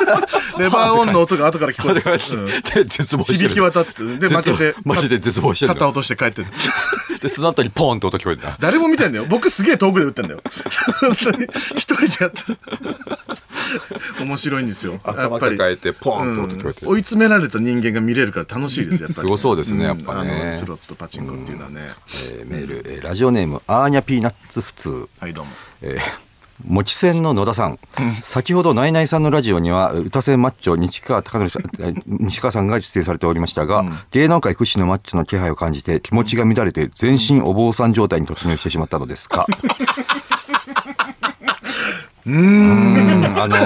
レバーオンの音が後から聞こえてきうんで絶望してる響き渡っててで負けてマジで絶望してる肩の落として帰ってるでその後にポンって音聞こえてた誰も見てんだよ。僕すげえ遠くで打ってんだよ。本当に。一人でやって面白いんですよ。や頭っぱり。抱えてポンって音聞こえて追い詰められた人間が見れるから楽しいです、やっぱり、すごそうですねやっぱねあのスロットとパチンコっていうのはね。えーメール、えーラジオネームアーニャピーナッツ普通はい、どうも。えー、持ち線の野田さん、先ほどナイナイさんのラジオには歌せマッチョ西川貴教さんえ ー西川さんが出演されておりましたが、芸能界屈指のマッチョの気配を感じて気持ちが乱れて全身お坊さん状態に突入してしまったのですか うーんあの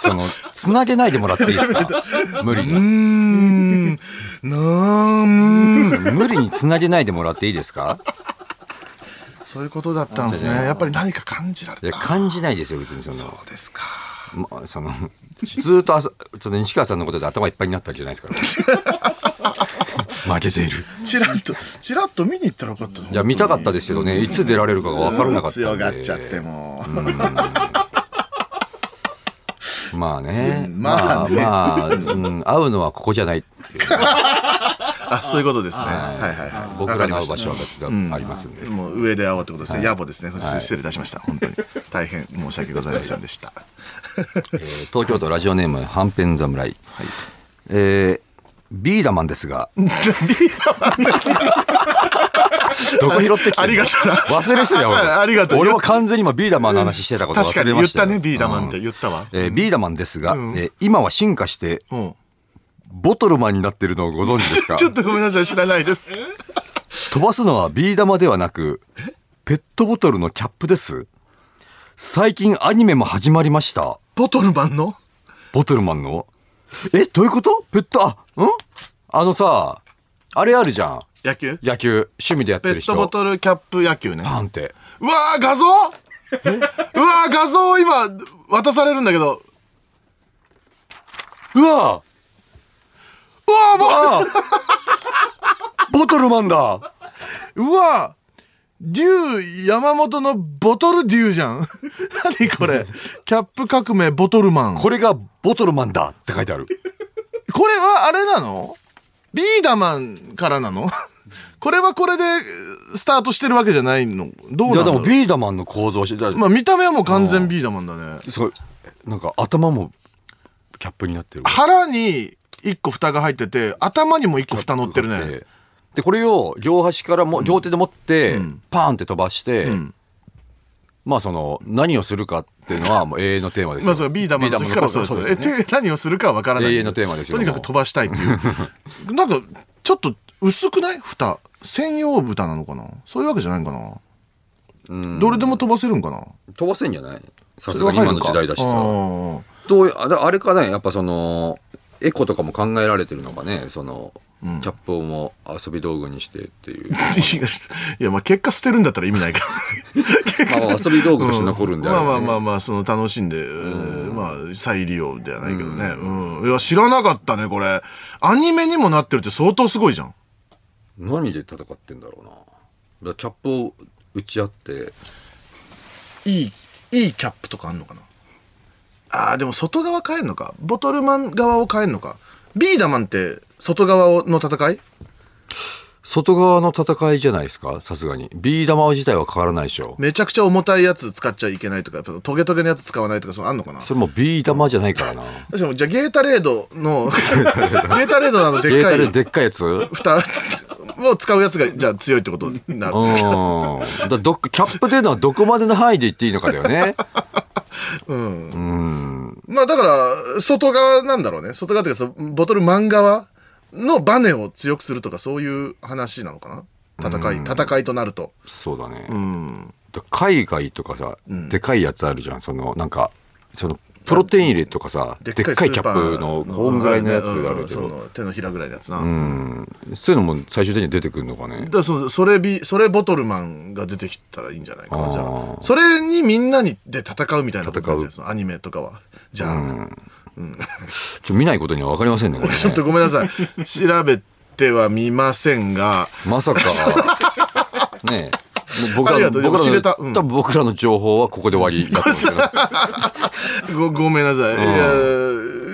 そのつなげないでもらっていいですか 無理にうん。なーむー。無理につなげないでもらっていいですかそういうことだったんですね。やっぱり何か感じらいれやた。感じないですよ別にそのそうですか。まあ、そのずーっとあそその西川さんのことで頭いっぱいになったわけじゃないですから負けているチラッと、チラッと見に行ったらよかったのいや見たかったですけどねいつ出られるかが分からなかったんで強がっちゃってもう。まあね、うんままああまあ、うん、会うのはここじゃな いっていう、あ、そういうことですね。はいはいはい。僕わからりのま会うした場所はありますんで、もう上で会おうってことですね。野暮ですね。失礼いたしました。本当に。大変申し訳ございませんでした。えー東京都ラジオネームはんぺん侍、えービーダマンで すが。ビーダマンですが。 どこ拾ってきてありがとうな忘れす りゃ俺。ありがとう俺は完全に今ビーダマンの話してたこと忘れま確したかよ。に言ったね、ビーダマンってうん言ったわ。えービーダマンですが、えー今は進化して、うんボトルマンになってるのをご存知ですか ちょっとごめんなさい、知らないです。飛ばすのはビー玉ではなく、ペットボトルのキャップです。最近アニメも始まりました。ボトルマンのボトルマンのえ、どういうことペット、あ、んあのさ、あれあるじゃん。野球野球、趣味でやってペるット人。ボトルキャップ野球ね。パンって。うわー、画像うわー、画像今、渡されるんだけど。うわうわー、もあボトルマンだう、うわー、デュー、山本のボトルデューじゃん。 何こ れ。キャップ革命ボトルマン。これがボトルマンだって書いてある。これはあれなのビーダマンからなのこれはこれでえースタートしてるわけじゃないのどういなや、んだでろもうビーダマンの構造して、だまあ見た目はもう完全ビーダマンだね。すごい。なんか頭もキャップになってる。腹に一個蓋が入ってて、頭にも一個蓋乗ってるね。で。で、これを両端からも、両手で持って、パーンって飛ばして、まあその、何をするかっていうのはもう永遠のテーマですよ。まあそうビーダマンの時からそうですビよーダマンのえ頃からそうですよねて何をするかは分からない。永遠のテーマですよとにかく飛ばしたいって いう。なんか、ちょっと薄くない蓋。専用蓋なのかなそういうわけじゃないのかなどれでも飛ばせるんかな飛ばせんじゃないそさすれはがに今入のるか時代だしさ。あーどうあだあれかねやっぱそのエコとかも考えられてるのがねその、キャップをも遊び道具にしてっていいうや、まあ結果捨てるんだったら意味ない から。まあまあ遊び道具として残るんであれまばあねまあまあまあ、その楽しんで、えーまあ再利用ではないけどね。うん。いや、知らなかったね、これ。アニメにもなってるって相当すごいじゃん。何で戦ってんだろうなだからキャップを打ち合っていい、いいキャップとかあんのかな。ああ、でも外側変えんのか。ボトルマン側を変えんのか。ビーダマンって外側をの戦い外側の戦いじゃないですかさすがにビー玉自体は変わらないでしょめちゃくちゃ重たいやつ使っちゃいけないとか、やっぱトゲトゲのやつ使わないとか、そうあんのかな。それもビー玉じゃないからな確かに、じゃあゲータレード の、ゲータレードのあのでっデーかタいで。でっかいやつうん蓋を使うやつがじゃあ強いってことになる。だからどっキャップっていうのはどこまでの範囲で言っていいのかだよ ねまあだから、外側なんだろうね。外側っていうかその、ボトル漫画側のバネを強くするとか、そういう話なのかな。戦い、戦いとなると。そうだね、うん。だから海外とかさ、でかいやつあるじゃんそのなんかそのプロテイン入れとかさでっかいキャップのこんぐらいのやつがあるけそど、の手のひらぐらいのやつな。そういうのも最終的に出てくるのかねだからそのそれビそれボトルマンが出てきたらいいんじゃないかあなーじゃあそれにみんなにで戦うみたいなことになるじゃないですかアニメとかはじゃあ、ちょ見ないことには分かりませんねこれね ちょっとごめんなさい調べてはみませんがまさかねえもう僕ありらがのとうでも僕知らのれたうん多分僕らの情報はここで終わりだと思うんだけどご ごめんなさい、いや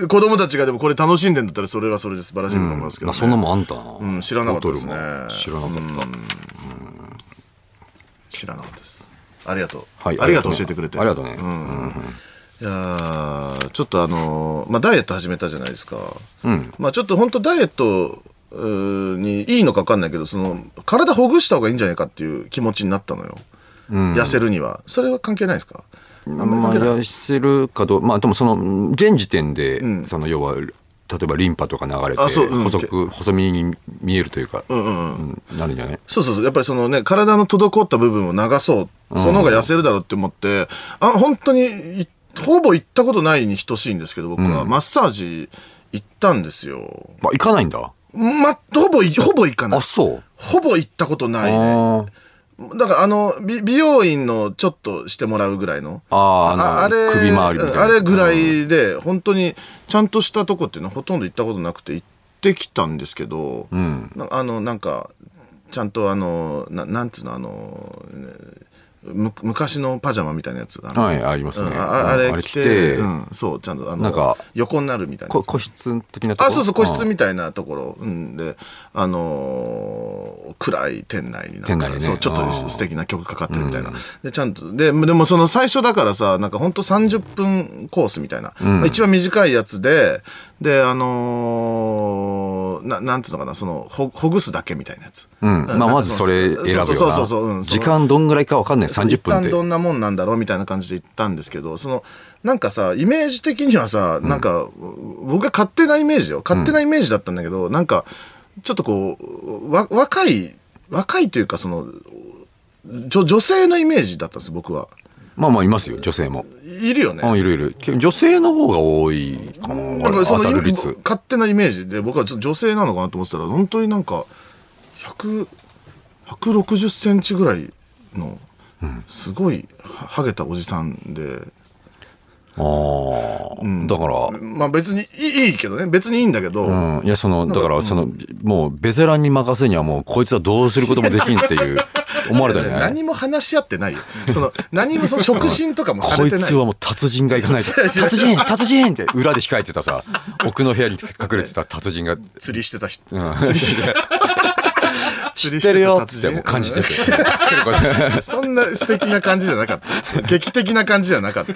子供たちがでもこれ楽しんでんだったらそれはそれで素晴らしいと思いますけど、まあねそんなもんあんたな、うん知らなかったですねボトルも知らなかった、知らなかったですありがとう、はいありがとうね教えてくれてありがとうね、いやーちょっとあのーまあ、ダイエット始めたじゃないですか、まあ、ちょっと本当ダイエットうーにいいのか分かんないけどその体ほぐした方がいいんじゃないかっていう気持ちになったのよ、痩せるにはそれは関係ないですかまあ、痩せるかどうまあでもその現時点で、その要は例えばリンパとか流れてあそううん細く細身に見えるというか、うんうんうんうんなるんじゃないそうそうそうやっぱりそのね体の滞った部分を流そうその方が痩せるだろうって思って、あ本当にいほぼ行ったことないに等しいんですけど僕は、マッサージ行ったんですよまあ行かないんだまほぼいほぼ行かないあそうほぼ行ったことなあいねーだからあの美美容院のちょっとしてもらうぐらいのあーあの首周りみたいなあれぐらいで本当にちゃんとしたとこっていうのはほとんど行ったことなくて行ってきたんですけど、なあのなんかちゃんとあのななんつうのあの、ねむ昔のパジャマみたいなやつあのはいありますうね、んああうんれれ着着て、て、うん、そうちゃんとあのなんか横になるみたいなこ個室的なとこあ、そうそう、個室んみたいなところ。うんで、あのー暗い店内になんか店内にねそう、ちょっあとー素敵な曲かかってるみたいな。で、ちゃんと、で、でもその最初だからさ、なんかほんと30分コースみたいな。一番短いやつで、で、あのーな、なんつうのかな、その、ほほぐすだけみたいなやつ。うんまあ、まずそれ選ぶよなそうそうそうそううんその時間どんぐらいかわかんない30分一っ旦てどんなもんなんだろうみたいな感じで行ったんですけどそのなんかさイメージ的にはさなんか、僕が勝手なイメージよ勝手なイメージだったんだけど、なんかちょっとこうわ若い若いというかその女女性のイメージだったんです僕はまあまあいますよ女性もいるよねあいるいる女性の方が多いかななんかそ当のたるイメ率勝手なイメージで僕はちょっと女性なのかなと思ってたら本当になんか100 160センチぐらいのすごいはハゲたおじさんで。ああ、だからまあ別にいいいいけどね別にいいんだけど、うん、いやそのだからその、もうベテランに任せにはもうこいつはどうすることもできんっ ていう思われたんじゃない何も話し合って ないよその何もその触診とかもさこれいてないつはもう達人がいかない と違う違う達人達人って裏で控えてたさ奥の部屋に隠れてた達人が釣りしてた人、うん釣りしてた 知ってるよ っ釣つりしてた達人ってもう感じてて結構そんな素敵な感じじゃなかった劇的な感じじゃなかった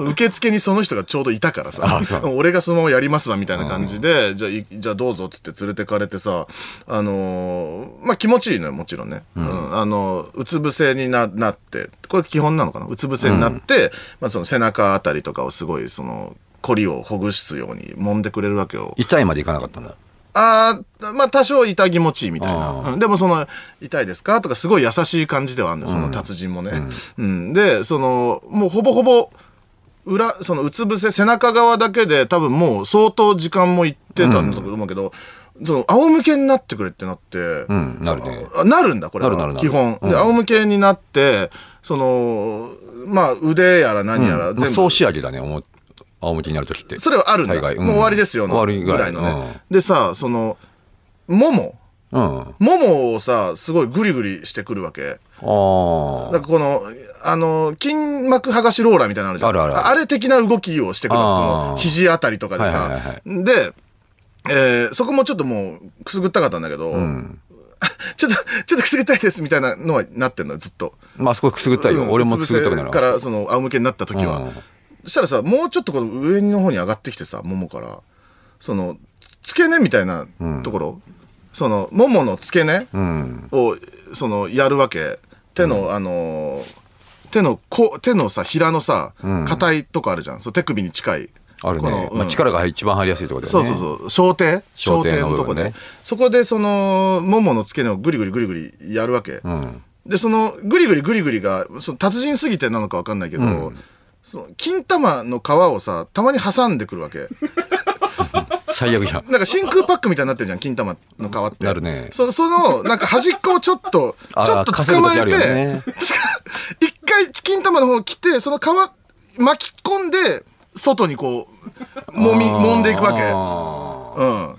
受付にその人がちょうどいたからさあそう俺がそのままやりますわみたいな感じで、じゃあいじゃあどうぞっつって連れてかれてさあのーまあ気持ちいいのよもちろんね、うんあのうつ伏せにななってこれ基本なのかなうつ伏せになって、まあ、その背中あたりとかをすごいその凝りをほぐすように揉んでくれるわけよ 痛いまでいかなかったんだああ、まあ多少痛気持ちいいみたいあな。うんでもその、痛いですかとかすごい優しい感じではあるのよ、その達人もね。うん、で、その、もうほぼほぼ、裏、そのうつ伏せ背中側だけで多分もう相当時間もいってたんだと思うけど、その仰向けになってくれってなって、うん、なるね。あなるんだこれはなるなるなる基本、うんで仰向けになってそのまあ腕やら何やら全まあ、部、総仕上げだね、おも仰向けになるときって。それはあるんだ、大概うんもう終わりですよの終わりぐぐららいいのね、でさそのももうん。あももをさすごいグリグリしてくるわけなあん。かこのあの筋膜剥がしローラーみたいなのあるじゃんあるあるあるれ的な動きをしてくるあーその肘あたりとかでさ、はいはいはで、えーそこもちょっともうくすぐったかったんだけど、うん。 ちょっとちょっとくすぐったいですみたいなのはなってんのずっと。まあ、あそこくすぐったいよ。うん俺もくすぐったくなうつる。伏せからその仰向けになった時は、うんそしたらさもうちょっとこの上の方に上がってきてさももからその付け根みたいなところ、そのももの付け根うん。をそのやるわけ手の、あのー手のこ手のさ平のさ硬いとこあるじゃん、そう手首に近いあるこねの。うんまあ、力が一番入りやすいところだそようね。そうそう小手小小手手ののと部こ分ねで、そこでそのももの付け根をぐりぐりぐりぐりやるわけ、うん。でそのぐりぐりぐりぐりがその達人すぎてなのか分かんないけど、その金玉の皮をさたまに挟んでくるわけ最悪じゃん。なんか真空パックみたいになってるじゃん金玉の皮ってなるねそそのなんか端っこをちょっとちあーょっと捕まえて、かせる時あるよね一回金玉の方来てその皮巻き込んで外にこう揉み揉んでいくわけあーうん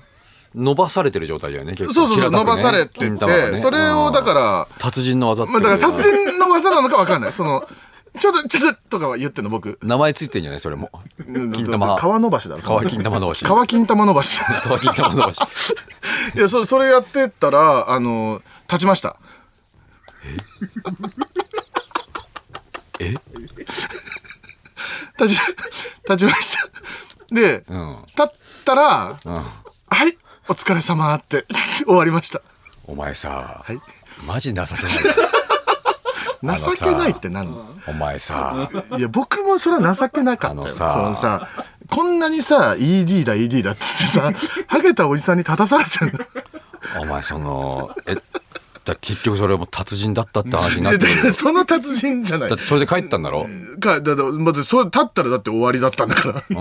伸ばされてる状態だよね、結構そうそうそう、平たくね伸ばされてって、金玉がねそれをだからうん達人の技ってまいあう。だから達人の技なのかわかんない。その、ちょっと、ちょっととかは言ってんの僕。名前ついてんじゃないそれも。金玉。川伸ばしだろ。その川金玉同士。川金玉伸ばし。川金玉同士。いや、そそれやってったら、あの、立ちました。え 立ち、立ちました。で、うん。立ったら、うん。はい、お疲れ様って 終わりました。お前さ、はい。マジ情けない。のさ情けないって何のお前さ、いや、僕もそれは情けなかったよ。あのさそのさ、こんなにさ、ED だ ED だっつってさ、ハゲたおじさんに立たされてんだ。お前その、え、だ結局それも達人だったって話にいなっやてだるかよ。らその達人じゃないだっ。てそれで帰ったんだろか、だ、だ、まだ、そう、立ったらだって終わりだったんだから。う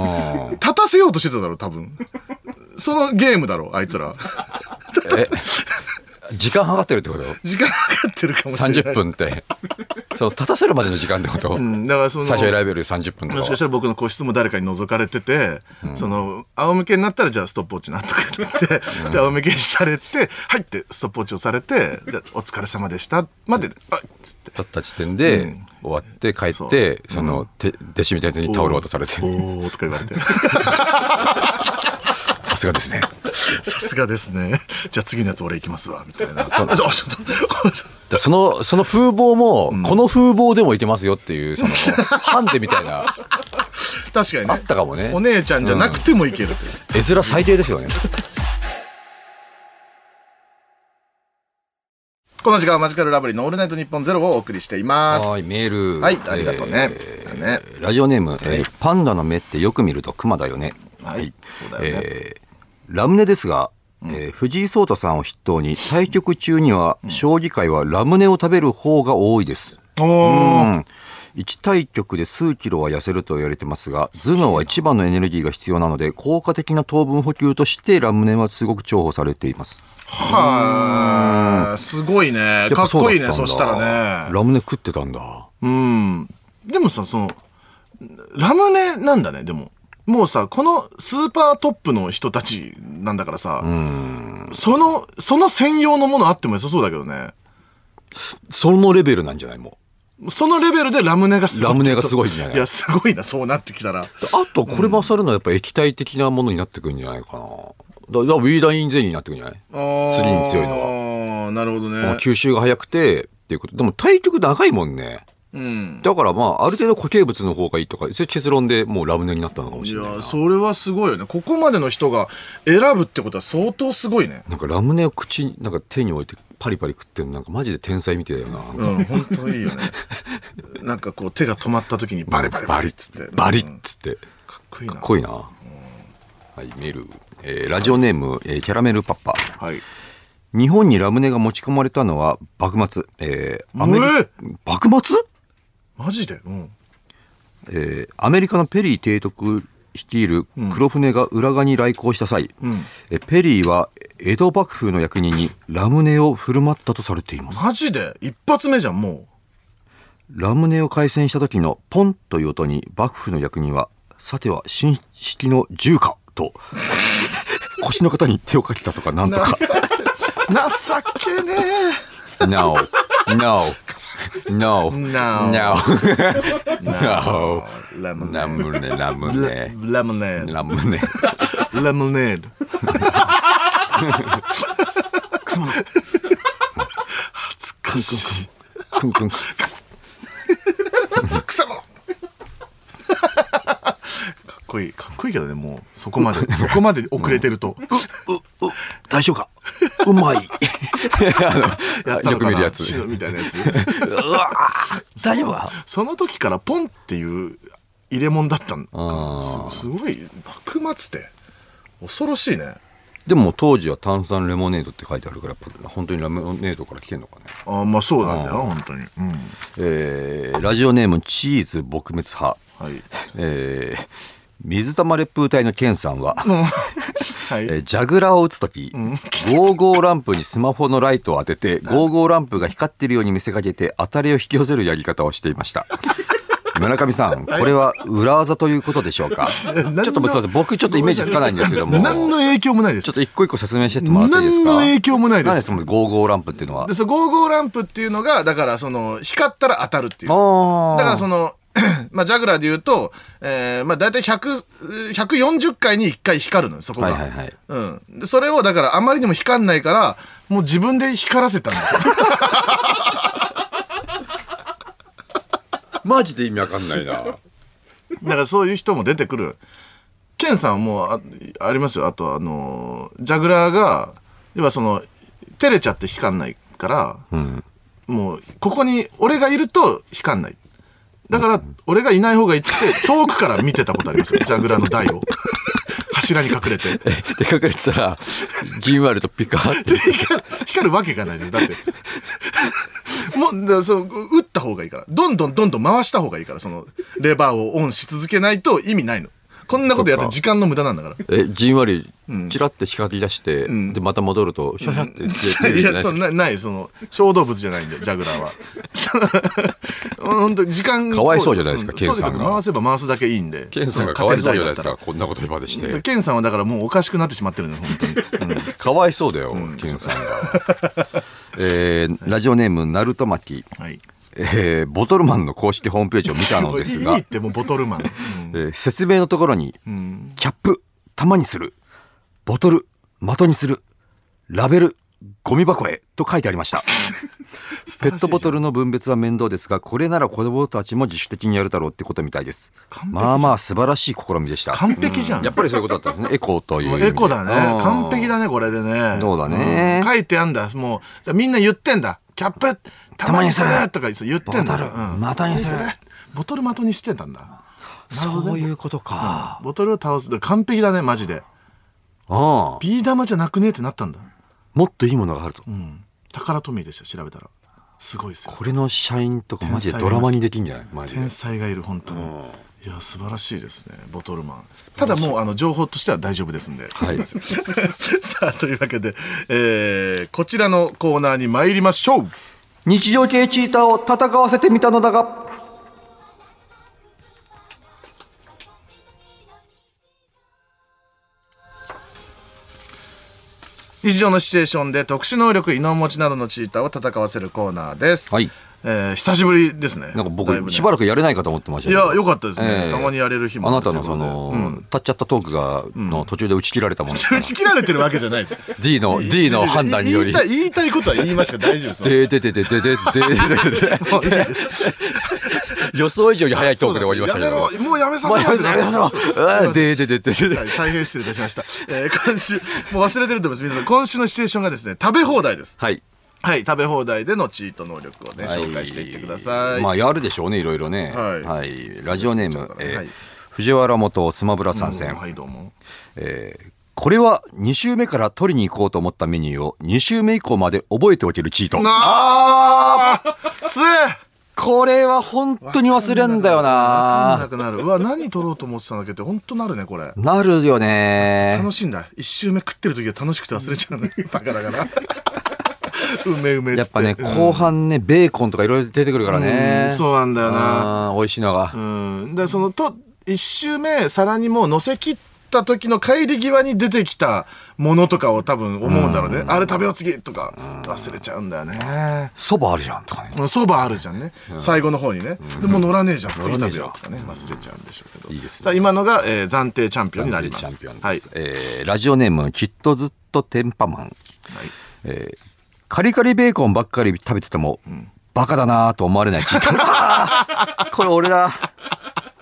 ん。立たせようとしてただろ、多分。そのゲームだろ、あいつら。え、時間計ってるってこと時間かかってるかもしれない。 ?30。分って。その、立たせるまでの時間ってことうん、だからその、最初選べる30分もとしかかし。たら僕の個室も誰かに覗かれてて、その仰向けになったらじゃあストップウォッチなとか言って、じゃあ仰向けにされて入ってストップウォッチをされてじゃあお疲れ様でしたまであっつって立った時点で、うん終わって帰そっうて、その、て弟子みたいなやつにタオル渡されて「お、ー」とか言われてさすがですね。 「さすがですねじゃあ次のやつ俺行きますわ」みたいな「そうあちょちょっとだその、その風貌も、この風貌でもいけますよっていう、 その、ハンデみたいな、確かにねあったかもねお。姉ちゃんじゃなくてもいける、絵面最低ですよね。この時間はマジカルラブリーの「オールナイトニッポンゼロをお送りしていますは、はいい、メール。ありがとうね,、ねえーラジオネーム、えーパンダの目ってよく見ると熊だよね。はいそうだよねえーラムネですが、えー藤井聡太さんを筆頭に、対局中には、将棋界はラムネを食べる方が多いです。おおうん1対局で数キロは痩せると言われてますが頭脳は一番のエネルギーが必要なので効果的な糖分補給としてラムネはすごく重宝されていますはあすごいねかっこいいねやぱそうだしったたんだらねラムネ食ってたんだうんでもさそのラムネなんだねでももうさこのスーパートップの人たちなんだからさそのその専用のものあっても良さそうだけどねそのレベルなんじゃないもそのレベルでラムネがすうごいラムネがすごいんじゃないいやすごいなそうなってきたらあとこれ勝るのはやっぱ液体的なものになってくるんじゃないかなだだからウィーダインゼリーになってくるんじゃない釣釣りに強いのははなるほどまあね吸収が早くてっていうことでも対局長いもんねうんだからまあある程度固形物の方がいいとかそういう結論でもうラムネになったのかもしいれないなやそれはすごいよねここまでの人が選ぶってことは相当すごいねなんかラムネを口になんか手に置いてパリパリ食ってるのなんかマジで天才みたいだよな、うん、本当いいよ ね。なんかこう手が止まった時にバリバリバリっつって。バリうんッつって、かっこいいな。濃いな、はいメール、えーラジオネーム、えーキャラメルパッパはい。日本にラムネが持ち込まれたのは幕末えーアメリうえ幕末マジでうん。えーアメリカのペリー提督率いる黒船が浦賀に来航した際、えペリーは江戸幕府の役人にラムネを振る舞ったとされていますマジで一発目じゃん、もラムネを開戦した時のポンという音に幕府の役人はさては新式の銃かと腰の方に手をかけたとかなんう。と情かけ、情けね No No No No No え No。ラムネラムネラムーネド。ラムネーラムネ ド。ラムネード。 恥ずかしい。クンクン草 のかっこいい。かっこいいけどね、もう、そこま で、そこまで遅れてると。大丈夫かうまいやったのよくか見るなやシつロみたいなやつ。大丈夫かその時からポンっていう入れ物だったんすすごい幕末って恐ろしいねでも当時は炭酸レモネードって書いてあるからやっぱ本当にラムネードから来てんのかねあまあそうなんだよ本当にうんえーラジオネームチーズ撲滅派はいえー水玉烈風隊のケンさんは、 はえいージャグラーを打つと き、ゴーゴーランプにスマホのライトを当てて、ゴーゴーランプが光ってるように見せかけて、当たりを引き寄せるやり方をしていま した。村上さん、これは裏技ということでしょうかちょ何のっとすいません、僕ちょっとイメージつかないんですけども、何の影響もないですちょっと一個一個説明してってもらっていいですか何の影響もないです何ですもんゴーゴーランプっていうのはで。そのゴーゴーランプっていうのがだからその光ったら当たるっていうあだからその、の まあジャグラーで言うと、えーまあ、大体100 140回に1回光るのよそこが、はいはいはい。うん、でそれをだからあまりにも光んないからもう自分で光らせたんですよマジで意味わかんないな。だからそういう人も出てくる。ケンさんはもうあありますよ。あとあの、ジャグラーが、要はその、照れちゃって光んないから、もう、ここに俺がいると光んない。だから、俺がいない方がいいって、遠くから見てたことありますよ。ジャグラーの台を。柱に隠れて。 で、隠れてたら、じんわりとピカ って。光光るわけがないね。だって。もう、だからその、打った方がいいから。どんどんどんどん回した方がいいから、その、レバーをオンし続けないと意味ないの。こんなことやったら時間の無駄なんだから。え、じんわり、ちらって光り出して、で、また戻ると、シャシャって出てるいじや、ゃないでそすんか。な、ない、その、小動物じゃないんで、ジャグラーは。本当時間かわいそうじゃないですかうんケンさんとにがかく回せば回すだけいいんで。ケンさんがそかのわいそうじゃないです勝てる台だかっ、こんなことまでしたら。て。ケンさんはだからもうおかしくなってしまってるのよ、本当に。うんかわいそうだよ、ケンさんが。えーラジオネーム、ナルトマキ。 はい。えーボトルマンの公式ホームページを見たのですいがいっ、て、もうボトルマン。えー説明のところに、キャップ、玉にする、ボトル、的にする、ラベル、ゴミ箱へと書いてありま した。ペットボトルの分別は面倒ですが、これなら子供たちも自主的にやるだろうってことみたいです完。璧じゃんまあまあ素晴らしい試みでした。完璧じゃん。やっぱりそういうことだった んですね。エコーという意味で。エコだねう。ん完璧だね、これでね。そうだねん書いてあんだ。もう、じゃあみんな言ってんだ。キャップ、たまにするとか言ってんだ。うんボトル的にするボトル的にしてたんだ。そういうことか。ボトルを倒す。だから完璧だね、マジで。うん。もビー玉じゃなくねえってなったんだ。っといいものがあると。うん。宝トミーでした、調べたら。すごいですよ。これの社員とかマジでドラマにできんじゃないマジで天。才がいる、本当に。いや、素晴らしいですね、ボトルマン。ただもう、あの、情報としては大丈夫ですんで。はいすいません。さあ、というわけで、えーこちらのコーナーに参りましょう。日常系チーターを戦わせてみたのだが。日常のシチュエーションで特殊能力、異能持ちなどのチーターを戦わせるコーナーです。はいえー久しぶりですね。なんかだいぶ僕、ねしばらくやれないかと思ってましたいけどや、よかったですね。ええたまにやれる日もあなるとたいうのこそとでの、立っちゃったトークが、の途中で打ち切られたもんですか打らち切られてるわけじゃないです。 D の、D の判断により。言いたい言いたいことは言いました大丈夫ですででででででででもういいです予想以上に早いトークで終わりましたけやど。めろもうやめさもうせやてめろ、やめろ、やめろ。でででででで。大変失礼いたしました、えー今週もう忘れてると思います皆さん今週のシチュエーションがですね食べ放題ですはい。はい食べ放題でのチート能力をね紹介していってください、まあ、やるでしょうね、いろいろね。はいはい。ラジオネーム、はえいー藤原元スマブラ参戦。はいどうもえーこれは2週目から取りに行こうと思ったメニューを2週目以降まで覚えておけるチート。ああつえこれは本当に忘れんだよわかんななくなる。うわ、何撮ろうと思ってたんだっけって、本当なるね、これ。なるよね楽しいんだ。一周目食ってる時は楽しくて忘れちゃうね。 バカだから。うめうめっやつってぱね、後半ね、ベーコンとかいろいろ出てくるからねう。んそうなんだよな。あー美味しいのが。うん。で、その、と、一周目、皿にもう乗せ切った時の帰り際に出てきたものとかを多分思うんだろうね。あれ食べよう次とか、忘れちゃうんだよね。そばあるじゃんとかね。そばあるじゃんね、最後の方にね、でもう乗らねえじゃん次食べようとかね忘れちゃうんでしょうけどいいですねさあ今のが、えー暫定チャンピオンになりますチャンピオンです。はい、えーラジオネーム、きっとずっとテンパマン。えーカリカリベーコンばっかり食べてても、バカだなぁと思われない きっと。あーこれ俺だ。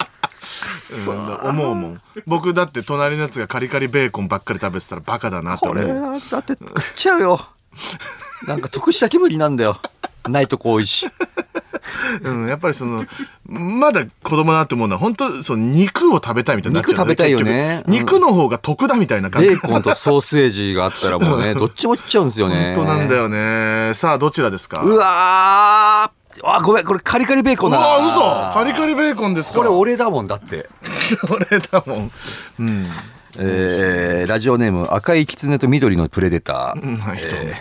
うん思うもん僕だって隣のやつがカリカリベーコンばっかり食べてたらバカだなってこ思れうはだって食っちゃうよ。なんか得した気分になんだよ。ないとこ多いし。うん、やっぱりそのまだ子供だなって思うのは本当その肉を食べたいみたいになっちゃう肉食べたいよね結局肉の方が得だみたいな感じ、ベーコンとソーセージがあったらもうね、どっちもいっちゃうんですよね。本当なんだよねさあどちらですかうわーあごめんこれカリカリベーコンうだわな嘘カリカリベーコンですかこれ 俺だもんだって、俺だもんえーラジオネーム赤い狐と緑のプレデター、うんはいどうも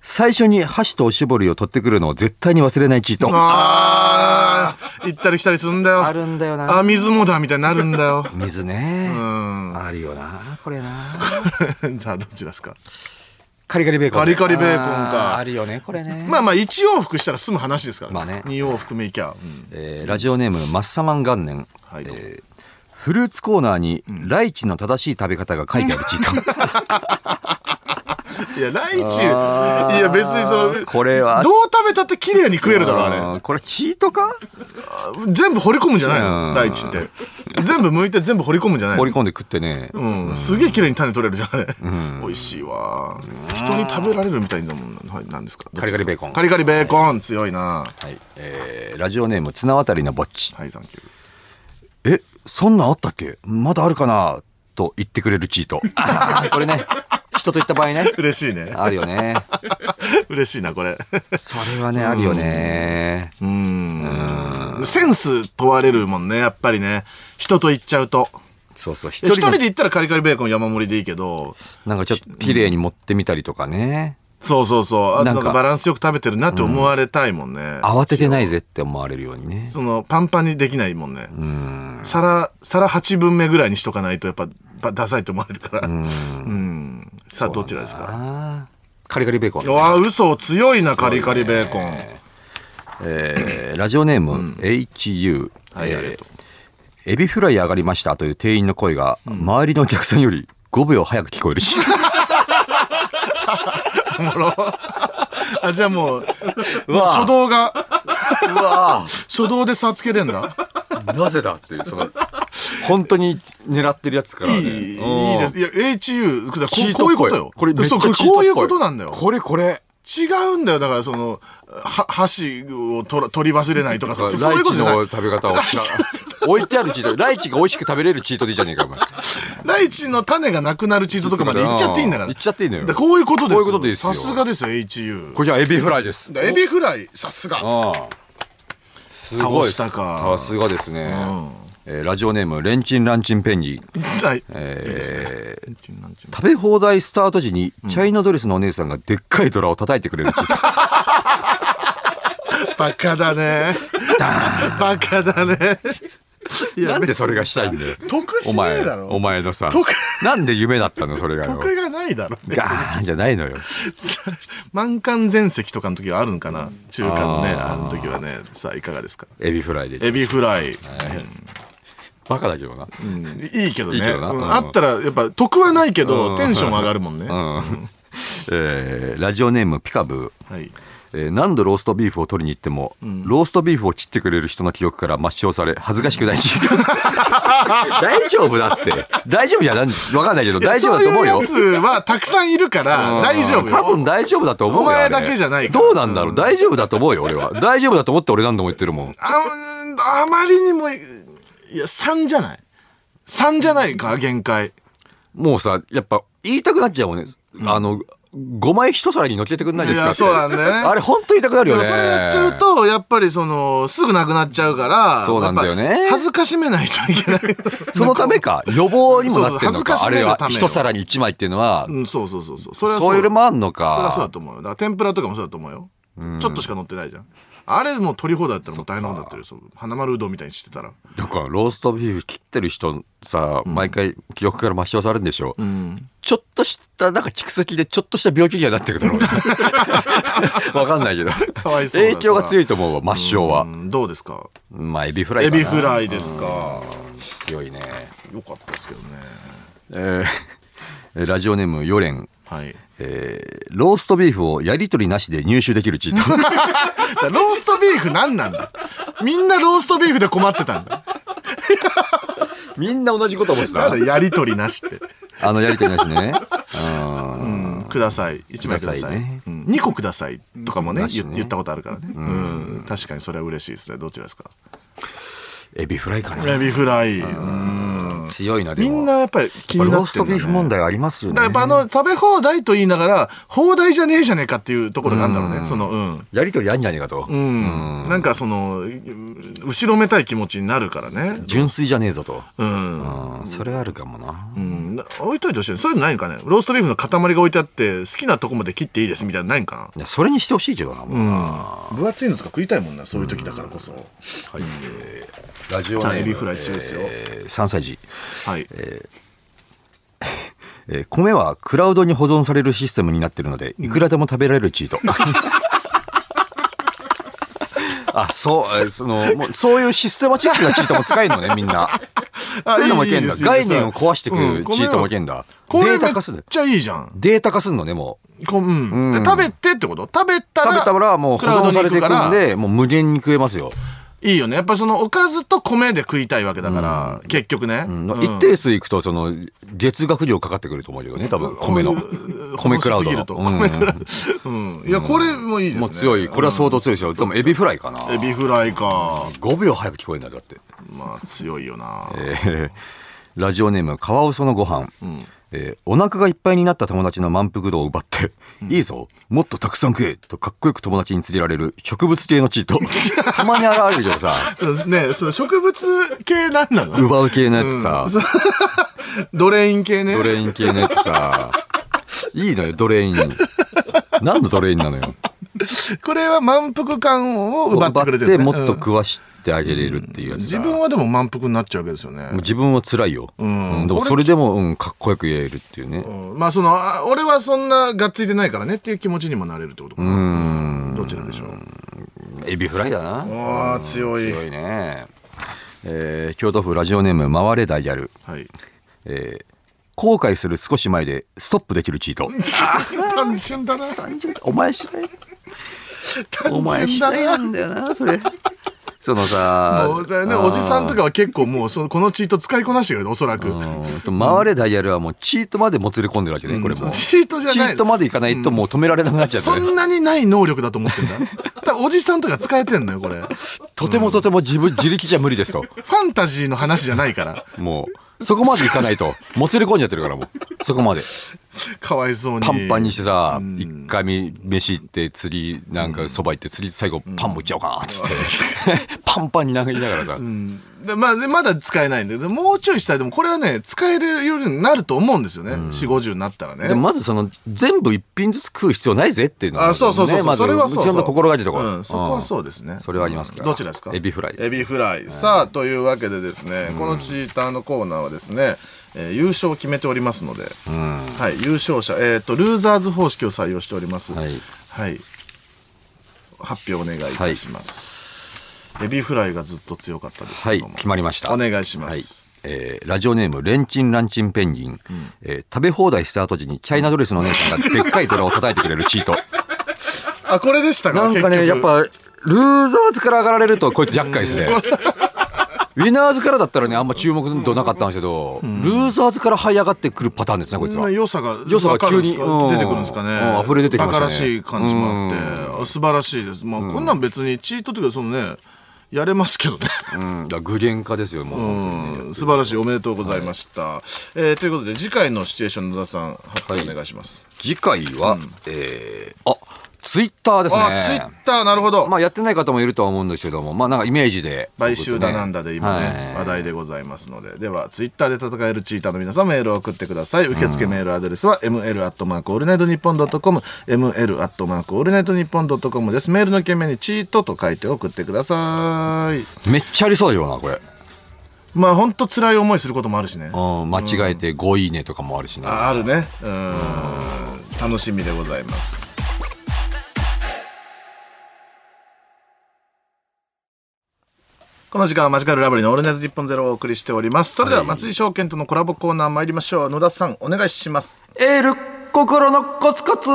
最初に箸とおしぼりを取ってくるのを絶対に忘れないチートああ行ったり来たりするんだよ。あるんだよな。あ、水もだみたいになるんだよ 水ね、うん。あるよなこれなさあ、どっちですかカリカリベーコンカリカリベーコンかあーあるよねこれね、まあまあ、1往復したら済む話ですからまあね2往復目いきゃ。うんえーラジオネームマッサマン元年、はいどうもえーフルーツコーナーにライチの正しい食べ方が書いてあるチ ートいや、ライチ、いあーや、別にその、これはどう食べたって綺麗に食えるだろ、あうんこれチートかれ。全部掘り込むんじゃないうんのライチって。全部剥いて全部掘り込むんじゃない放りの込んで食ってね、うん、すげえ綺麗に種取れるじゃん、あれ。美味しいわ。人に食べられるみたいだもんな。はい、何ですかカリカリベーコンカリカリベーコン、強いな。はい、えーラジオネーム綱渡りのぼっち。はい、サンキュー。え、そんなんあったっけまだあるかなと言ってくれるチート。 あーこれね、人と言った場合ね。嬉しいね。あるよね。 嬉しいな、これ。それはね、あるよね。うんセンス問われるもんね、やっぱりね。人と行っちゃうと。そうそう、一一人人でで。行ったらカリカリベーコン山盛りでいいけど、なんかちょっと綺麗に持ってみたりとかね。そうそうそう。あとななんんかかバランスよく食べてるなって思われたいもんね。慌ててないぜって思われるようにね。そのパンパンにできないもんね。皿、皿8分目ぐらいにしとかないとやっぱばダサいって思われるから。うんさあ、どちらですかあーカリカリベーコンう。わ、嘘強いな、カリカリベーコン。えーラジオネーム、HU、はいえーありがとエビフライ上がりましたという店員の声が、周りのお客さんより5秒早く聞こえるしあ、じゃあもう、うわ初動が、 うわ初動で差つけれんだ。なぜだっていうその本当に狙ってるやつから、ね、いい、いうんいです。いや、HU、だからこチーこトういっうこぽとよ。これめっちそゃうチートっぽいこういうことなんだよ。これこれ違うんだよ。だから、その、は、箸を取ら取り忘れないとかさ、そそうラいイうことじチゃないの。食べ方を知ら 置いてあるチートライチが美味しく食べれるチートでいいじゃねえかお前ライチの種がなくなるチートとかまでいっちゃっていいんだから。いっちゃっていいのよだからこういうことですこういうことですよさすがですよ、HU。これじゃあエビフライですだからエビフライ、さすが。ああすごいです倒したかさすがですね、えーラジオネームレンチンランチンペンギンはい。いいですねえー食べ放題スタート時にチャイナドレスのお姉さんがでっかいドラを叩いてくれるって言ってたバカだね。バカだね。いなんで別にそれがしたいんだよ得しおねえ前だろお前のさ得なんで夢だったのそれがよ得がないだろ。ガーンじゃないのよ 満館全席とかの時はあるのかな中華のねあの時はねさあいかがですかエビフライでエビフライ、バカだけどな、うんいいけどねいいけどなうんうんあったらやっぱ得はないけどテンション上がるもんね、うんえーラジオネームピカブーはい、えー何度ローストビーフを取りに行っても、ローストビーフを切ってくれる人の記憶から抹消され恥ずかしくな いし大丈夫だって大丈夫じゃなんわかんないけど大丈夫だと思うよそういうやつはたくさんいるから大丈夫多分よ大丈夫だと思うよ。お前あれだけじゃないからどうなんだろう大丈夫だと思うよ、俺は。大丈夫だと思って俺何度も言ってるもん。あうんあまりにもいや3じゃない3じゃないか限界もうさ、やっぱ言いたくなっちゃうもんね。あの、 5枚一皿に乗っけてくんないですかいっやてそうなんだよねあれ本当痛くなるでよもねそれやっちゃうと、やっぱりその、すぐなくなっちゃうから、そうなんだよねやっぱ恥ずかしめないといけない。 そのためか予防にもなってそうるのそう恥ずかあかしめれるはためよ一皿に1枚っていうのは、うん、そうそうそうそう。それはそういうのもあんのそれはそうだかと思うよ。だから天ぷらとかもそうだと思うよ。ちょっとしか乗ってないじゃん。あれもう取り放題だったらもう大変なことになってるよ。そう花丸うどんみたいにしてたら。だからローストビーフ切ってる人さ毎回記録から抹消されるんでしょ、うん。ちょっとしたなんか蓄積でちょっとした病気にはなってるだ ろうねわかんないけどかわいそうだ影響が強いと思うわ抹消はうんどうですかまあエビフライエかなビフライですか。強いねよかったですけどね。えーラジオネームヨレンはい。えーローストビーフをやりとりなしで入手できるチー トだからローストビーフ何なんだみんなローストビーフで困ってたんだ。みんな同じこと思ってなたんだやりとりなしって。あのやりとりなしねうん うんください。1枚くだくさださい。いねうん2個くださいとかもねなしね言言ったことあるからね。うん。確かにそれは嬉しいですね。どちらですかエビフライかなエビフライ。うん強いなでみもんなやっぱり気になってんだねローストビーフ問題ありますよだからやねっぱあの食べ放題と言いながら放題じゃねえじゃねえかっていうところがあるんだろうねそのうんやりとりあんじゃねえかと、うんなんかそのうん後ろめたい気持ちになるからね純粋じゃねえぞと、うんうん、それはあるかもなうんな置いといてほしいそういうのないのかねローストビーフの塊が置いてあって好きなとこまで切っていいですみたいなのないんかいやそれにしてほしいけどな、もうなうん分厚いのとか食いたいもんなそういう時だからこそはいえーラジオネームエビフライ強いですよえー3歳児、はいえー米はクラウドに保存されるシステムになってるのでいくらでも食べられるチ ートあそうえーそのもうそういうシステマチックなチートも使えるの ねみんなあそういうのもいけんいいだです概念を壊してくうんるごめんチートもいけんだ、こデれーめタっ化するのちゃいいじゃんデータ化すんのねもうこううんうん食べてってこと食べたら食べたらもうク保ラウド存にさ行れていくからんでもう無限に食えますよいいよね。やっぱそのおかずと米で食いたいわけだから、結局ね。 うん一定数いくとその月額料かかってくると思うけどね多分米の米クラウ細すドぎのるとうん米クラウド。うん。いや、これもいいですね。もう強 いこれは相当強いですよでもエビフライかなエビフライか。 5秒早く聞こえるんだよだって、まあ、強いよな。えーラジオネームカワウソのご飯、えーお腹がいっぱいになった友達の満腹度を奪って、いいぞもっとたくさん食えとかっこよく友達に連れられる植物系のチート たまに現れるけどさねその植物系なんなの奪う系のやつさ、ドレイン系ねド。レイン系のやつさいいのよドレイン何のドレインなのよこれは満腹感を奪ってくれてる、ね。もっとうん食わしてあげれるっていうやつ自だ、分はでも満腹になっちゃうわけですよねもう。自分は辛いよ、んうんでもそれでも、うん、かっこよく言えるっていうねうんまあ、その、あ俺はそんながっついてないからねっていう気持ちにもなれるってことかうな。んどちらでしょう。エビフライだなああ、強い。強いね、えー京都府ラジオネーム回れダイヤル、はい。 えー後悔する少し前でストップできるチ ート単純だな。お前次第単お前純次だ第なな。んだよなそれ そのさもうだよね、おじさんとかは結構もうそのこのチート使いこなしてるよおそらくうんと回れダイヤルはもうチートまでもつれ込んでるわけね、これそものチートじゃないチートまでいかないともう止められなくなっちゃってそる、んなにない能力だと思ってんだ 多分おじさんとか使えてんのよこれフとてもとても自分自力じゃ無理ですとァンタジーの話じゃないからもうそこまでいかないともつれ込んじゃってるからもうそこまでかわいそうにパンパンにしてさ一回目飯行って釣りなんかそば行って釣り最後パンもいっちゃおうかなっつってパンパンになりながらさでまあ、でまだ使えないんだけどもうちょいしたらでもこれはね使えるようになると思うんですよね、4 5 0になったらねでもまずその全部一品ずつ食う必要ないぜっていうのはあそうそうそうそう、ねまずそれはそうちそゃうんと心がけてとこううん、そこはそううですね、それはありますからどちらですかエビフライですエビフライさあというわけでですね、このチーターのコーナーはですね、えー優勝を決めておりますので、はい優勝者えっ、とルーザーズ方式を採用しておりますはい、はい発表お願いいたします、エビフライがずっと強かったですはけいども、決まりましたお願いしまはいす、えーラジオネームレンチンランチンペンギン、えー食べ放題スタート時にチャイナドレスのお姉さ んがでっかいドラを叩いてくれるチートあこれでしたかなんかね結やっ局ぱルーザーズから上がられるとこいつ厄介です ねウィナーズからだったらねあんま注目度なかったんですけど、ルーザーズから這い上がってくるパターンですねこいつそんなは。良さが良さが急わかるんですにかうん出てくるんですかうねん溢れ出てきバましたねカらしい感じもあって素晴らしいですまあこんなん別にチートというかそのねやれますけどね。うん、だから具現化ですよ、もう。 うん素晴らしいおめでとうございました、えーということで次回のシチュエーション野田さん発表お願いします、次回は、えー、あ、ツイッターですね。あツイッターなるほど、まあ、やってない方もいるとは思うんですけども、まあ、なんかイメージで。買収だなんだで今ね、はい話題でございますのでではツイッターで戦えるチーターの皆さんメールを送ってください受付メールアドレスは ml アットマークオールナイトニッポンドットコム ml アットマークオールナイトニッポンドットコムですメールの件名にチートと書いて送ってくださいめっちゃありそうだよな、これ。まあ本当辛い思いすることもあるしねうん、間違えて5いいねとかもあるしね。ああるねうん楽しみでございますこの時間はマジカルラブリーのオールナイト日本ゼロをお送りしておりますそれでは松井証券とのコラボコーナー参りましょう野田さんお願いしますエール心のコツコツ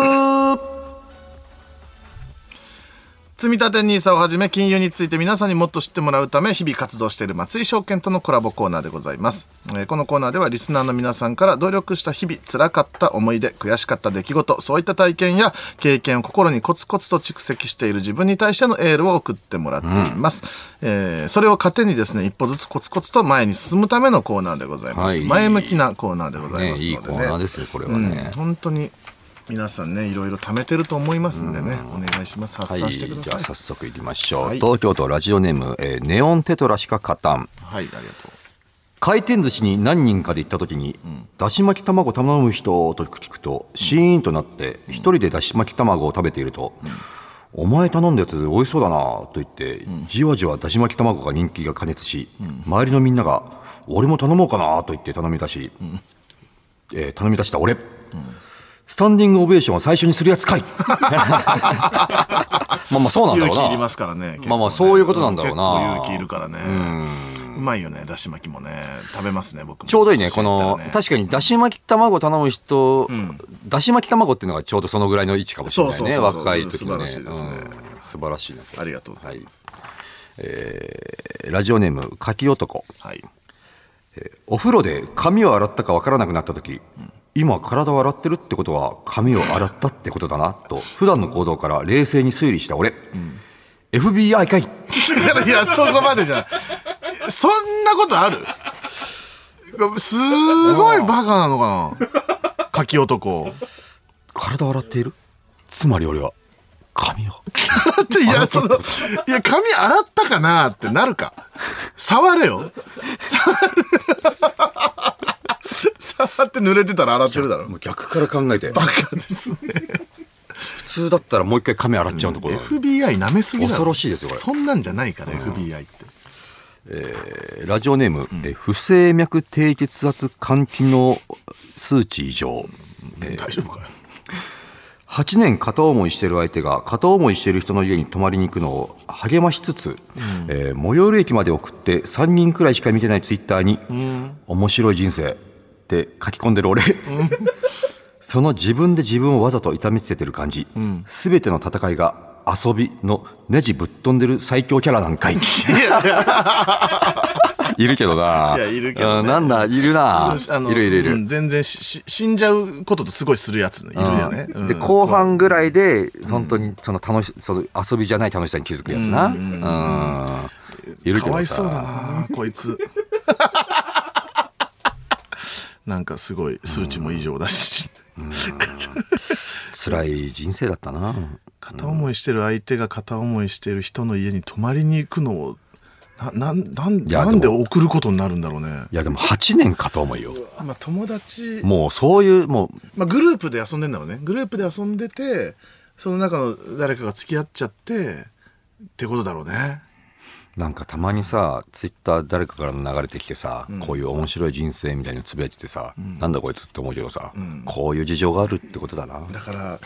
積立 NISA をはじめ金融について皆さんにもっと知ってもらうため日々活動している松井証券とのコラボコーナーでございます、えーこのコーナーではリスナーの皆さんから努力した日々辛かった思い出悔しかった出来事そういった体験や経験を心にコツコツと蓄積している自分に対してのエールを送ってもらっています、えーそれを糧にですね一歩ずつコツコツと前に進むためのコーナーでございます、はい前向きなコーナーでございねますので、ねいいコーナーですよ、これはね。本当に皆さんねいろいろ貯めてると思いますんでね、お願いしますは発い、散してくだじゃさあい、早速いきましょう、はい東京都ラジオネーム、えーネオンテトラしか勝たんはい、ありがとう。回転寿司に何人かで行った時に、だし巻き卵頼む人と聞くとシーンとなって一人でだし巻き卵を食べていると、お前頼んだやつ美味しそうだなと言って、じわじわだし巻き卵が人気が加熱し、周りのみんなが俺も頼もうかなと言って頼み出し、えー頼み出した俺、スタンディングオベーションを最初にするや つかいまあまあそうなんだ勇ろう気ないりますからね。結構ねまあまあそういうことなんだろうな結構勇気いるからね。うまいよね、だし巻きもね。食べますね、僕も。ちょうどいいね、寿司こやったらの、ね確かにだし巻き卵頼む人、だし巻き卵っていうのがちょうどそのぐらいの位置かもしれないね、そうそうそうそう若い時のね。素晴らしいですねうん素晴らしいな。ありがとうございます。えーラジオネーム、柿男。はい。お風呂で髪を洗ったかわからなくなった時、今体を洗ってるってことは髪を洗ったってことだな、と、普段の行動から冷静に推理した俺。FBI かいいや、そこまでじゃない。そんなことあるすごいバカなのかな柿男。体を洗っているつまり俺は、髪を。だっていや、その、いや、髪洗ったかなってなるか。触れよ。触る触って濡れてたら洗ってるだろ。もう逆から考えて、バカです ね。普通だったらもう一回髪洗っちゃうところだよ FBI 舐めすぎだろ恐ろしいですよこれそんなんじゃないから、FBI ってラジオネーム、えー不整脈低血圧肝機能数値異常。大丈夫かよ8年片思いしてる相手が片思いしてる人の家に泊まりに行くのを励ましつつ、えー最寄り駅まで送って3人くらいしか見てないツイッターに「面白い人生」って書き込んでる俺、 その自分で自分をわざと痛めつけてる感じ、すべての戦いが遊びのネジぶっ飛んでる最強キャラなんかい いるけどないやいるけどねうんなんだいるなあのいるいるいる、うん全然しし死んじゃうこととすごいするやつねいるよね、ううんんで後半ぐらいで本当にその楽しその遊びじゃない楽しさに気づくやつな、うんいるかけわどいそうださなこいつ なんかすごい数値も異常だし、辛い人生だったな片思いしてる相手が片思いしてる人の家に泊まりに行くのをななんなんいやなんででも送ることになるんだろうねいやでも8年かと思うよまあ友達もうそういうもまあ、グループで遊んでんだろうねグループで遊んでてその中の誰かが付き合っちゃってってことだろうねうなんかたまにさツイッター誰かから流れてきてさ、こういう面白い人生みたいにつぶやいててさ、なんだこいつって思うけどさ、こういう事情があるってことだなだから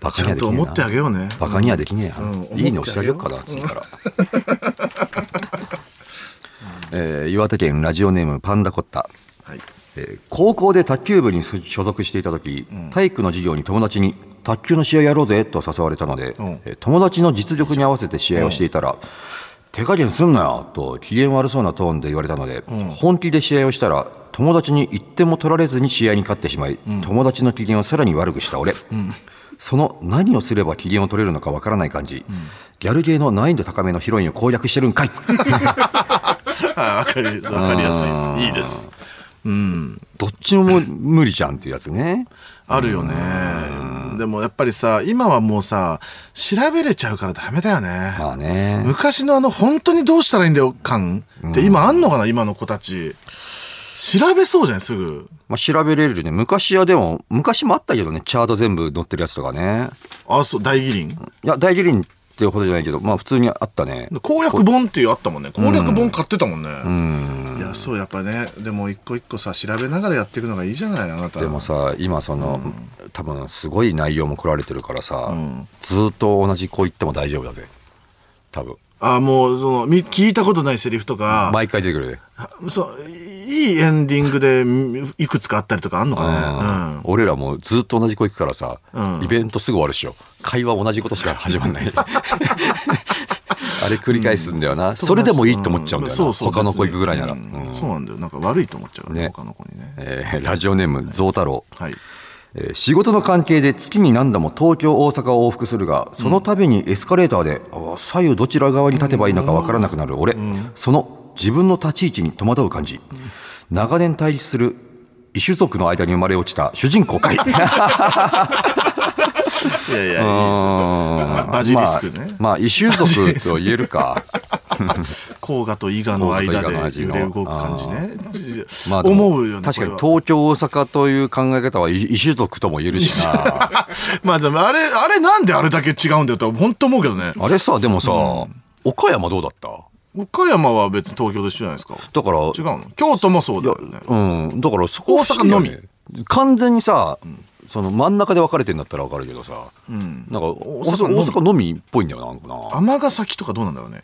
バカちにゃはんできとねえ思なってあげようね、バカにはできねえや、うんいいのしてあげようかな、次から。 えー岩手県ラジオネームパンダコッタ。はい、えー高校で卓球部に所属していた時、体育の授業に友達に卓球の試合やろうぜと誘われたので、んえー友達の実力に合わせて試合をしていたら、手加減すんなよと機嫌悪そうなトーンで言われたので、本気で試合をしたら友達に1点も取られずに試合に勝ってしまい、友達の機嫌をさらに悪くした俺、その何をすれば機嫌を取れるのかわからない感じ、ギャルゲーの難易度高めのヒロインを攻略してるんかいわかりわかりやすいですあーいいですどっちも無理じゃんっていうやつねあるよねでもやっぱりさ今はもうさ調べれちゃうからダメだよね、まあね昔のあの本当にどうしたらいいんだよ感って今あんのかな今の子たち調べそうじゃないすぐまあ、調べれるよね。昔はでも、昔もあったけどね、チャート全部載ってるやつとかね。あそう大義林いや、大義林ってほどじゃないけど、まあ普通にあったね。攻略本っていうあったもんね攻略本買ってたもんね、いやそうやっぱねでも一個一個さ調べながらやっていくのがいいじゃないあなたでもさ、今その、多分すごい内容も来られてるからさ、ずーっと同じ子言っても大丈夫だぜ。多分。あもうそのみ聞いたことないセリフとか、毎回出てくるで。そういいエンディングでみいくつかあったりとかあんのかね、うん俺らもずーっと同じ子行くからさ、うんイベントすぐ終わるっしょ。会話同じことしか始ま んない。 あれ繰り返すんだよな、それでもいいと思っちゃうんだよな、そうそう他の子行くぐらいなら、別にうんうんそうなんだよなんか悪いと思っちゃうから、ね他の子にねえーラジオネームゾウ太郎、はいえー仕事の関係で月に何度も東京大阪を往復するがその度にエスカレーターで、あー左右どちら側に立てばいいのか分からなくなる俺、その自分の立ち位置に戸惑う感じ、長年対立する異種族の間に生まれ落ちた主人 公かいいやいやいいですバジリスクねまあ、まあ異種族と言え るか甲賀と伊賀の間で揺れ動く感じねまあでも思うよね確かにこ東京大阪という考え方は異異種族とも言えるし なれはまあでもあれあれなんであれだけ違うんだよと本当思うけどねあれさ、でもさ、岡山どうだった岡山は別に東京と一緒じゃないですかだから、違うの京都もそうだよねうん、だからそこは不思議だよね大阪完全にさ、その真ん中で分かれてんだったら分かるけどさ、なんか大阪の阪み大阪のみっぽいんだよな、なんかな。尼崎とかどうなんだろうね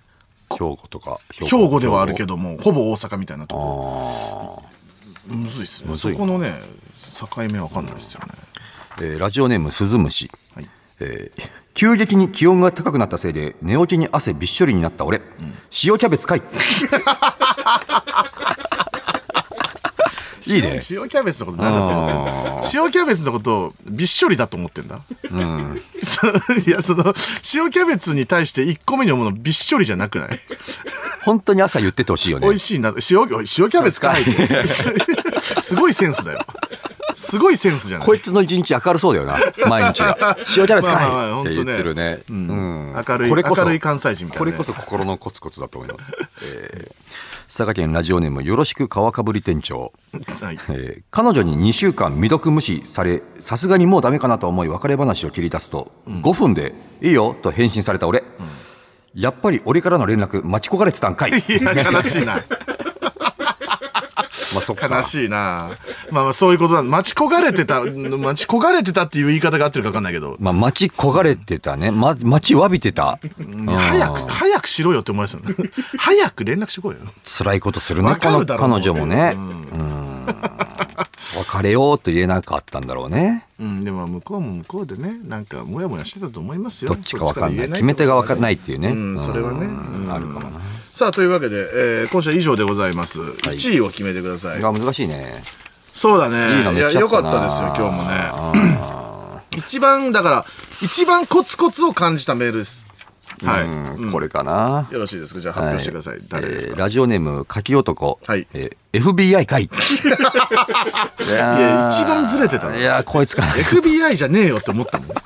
兵庫とか。兵兵庫ではあるけど。どもほぼ大阪みたいなとこあーむずいっすねむずそいなこのね境目わかんないですよねえーラジオネームスズムシ、はいえー急激に気温が高くなったせいで寝起きに汗びっしょりになった俺、塩キャベツか いいいね塩キャベツのこと何だと思ってんの塩キャベツのことをびっしょりだと思ってんだ、 そういやその塩キャベツに対して1個目に思うのびっしょりじゃなくない本当に朝言っててほしいよね美味しいな塩おい塩キャベツ かいって すごいセンスだよすごいセンスじゃない こいつの一日明るそ うだよな、毎日が。塩キャベツまあまあか本い当ねって言ってるね。うん明るいこれこそ明るい関西人みたいなこねれこそ心のコツコツだと思います。 えー佐賀県ラジオネームよろしく川かぶり店長、はいえー彼女に2週間未読無視されさすがにもうダメかなと思い別れ話を切り出すと、5分で「いいよ」と返信された俺、やっぱり俺からの連絡待ち焦がれてたんかいいや悲しいなまあそっか悲しいなまあまあそういうことなん待ち焦がれてた待ち焦がれてたっていう言い方が合ってるか分かんないけどまあ待ち焦がれてたね、ま、待ちわびてた、うん早く早くしろよって思いますよね早く連絡してこいよ辛いことするねわこかのるだろう彼女もね、ううんん、別れようと言えなかったんだろうねうん、でも向こうも向こうでねなんかモヤモヤしてたと思いますよどっちか分かんなどっいち決め手が分かんいないっていうね、うんそれはねうんあるかもなさあというわけで、えー今週は以上でございます、1位を決めてくださいが難しいねそうだねいいのいめっやちゃあよっかたっなたですよ今日もね一番だから一番コツコツを感じたメールですはい、うんうんこれかな、よろしいですかじゃあ発表してください、は誰ですえーか、ラジオネーム柿男、はいえー FBI かいいやいや一番ずれてたのいやこいつか FBI じゃねえよって思ったもん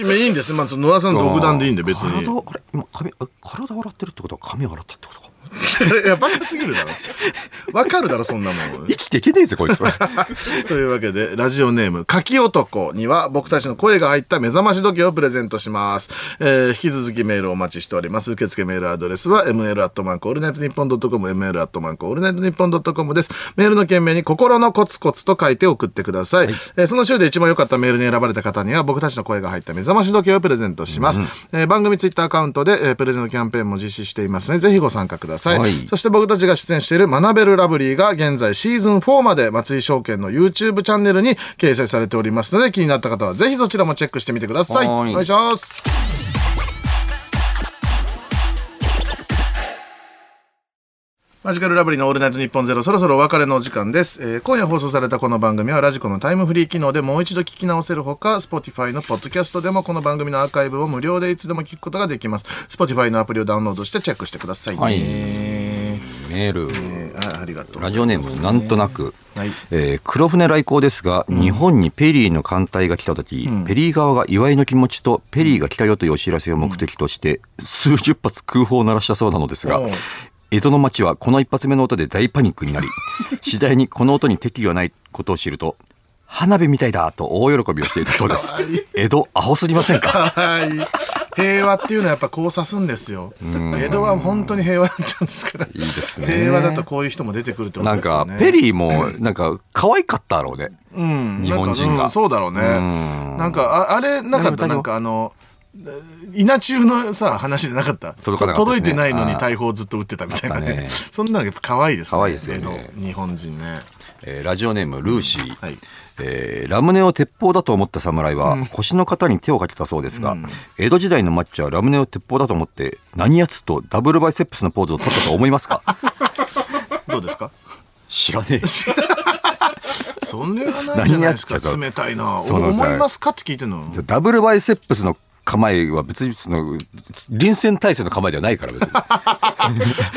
今いいんですまあその野田さんの 独断でいいんで別に体をあれ今髪あ体洗ってるってことは髪洗ったってことか いや、バカすぎるだろ。わかるだろ、そんなもん生。きていけねえぜ こいつというわけで、ラジオネーム、柿男には、僕たちの声が入った目覚まし時計をプレゼントします。えー引き続きメールをお待ちしております。受付メールアドレスは、m l a t m a n k o r n i g h t n i p p o n c o m m l a t m a n k o r n i g h t n i p p o n c o m です。メールの件名に、心のコツコツと書いて送ってください。えーその週で一番良かったメールに選ばれた方には、僕たちの声が入った目覚まし時計をプレゼントします。えー番組ツイッターアカウントで、えープレゼントキャンペーンも実施していますので、ぜひご参加ください。はいそして僕たちが出演している学べるラブリーが現在シーズン4まで松井証券の YouTube チャンネルに掲載されておりますので気になった方はぜひそちらもチェックしてみてください。はーいお願いします。マジカルラブリーのオールナイトニッポンゼロ、そろそろお別れのお時間です。えー今夜放送されたこの番組はラジコのタイムフリー機能でもう一度聞き直せるほか、Spotify のポッドキャストでもこの番組のアーカイブを無料でいつでも聞くことができます。Spotify のアプリをダウンロードしてチェックしてくださいね。はいえメール、ーあありがとう。ラジオネーム、なんとなく、はいえー黒船来航ですが、日本にペリーの艦隊が来た時、ペリー側が祝いの気持ちと、ペリーが来たよというお知らせを目的として、数十発空砲を鳴らしたそうなのですがおう、江戸の町はこの一発目の音で大パニックに なり、次第にこの音に敵意はないことを知ると、花火みたいだと大喜びをしていたそうです。江戸、アホすぎませんかはい。平和っていうのはやっぱこう指すんですよ。江戸は本当に平和だったんですから。いいですね平和だとこういう人も出てくるってことなんですよかね。、ペリーも、なんか、可愛かったろうね。うん日本人なんかうがん。そうだろうね。なんか、ああれ、なかっ大丈夫大丈た夫なんかあの、稲中のさ、話でなかった。届かなかったですね届いてないのに大砲ずっと撃ってたみたいなあったねね。 そんなのやっぱ可愛いですね。可愛いですよね江戸日本人ね。えーラジオネームルーシー、はいえーラムネを鉄砲だと思った侍は、腰の方に手をかけたそうですが、江戸時代のマッチはラムネを鉄砲だと思って何やつとダブルバイセップスのポーズを取ったと思いますか どうですか知らねえそんなはないじゃないですか。何やってた冷たいな。そうなんですよ思いますかって聞いてんの。ダブルバイセップスの構えは別にその臨戦態勢の構えではないから別 に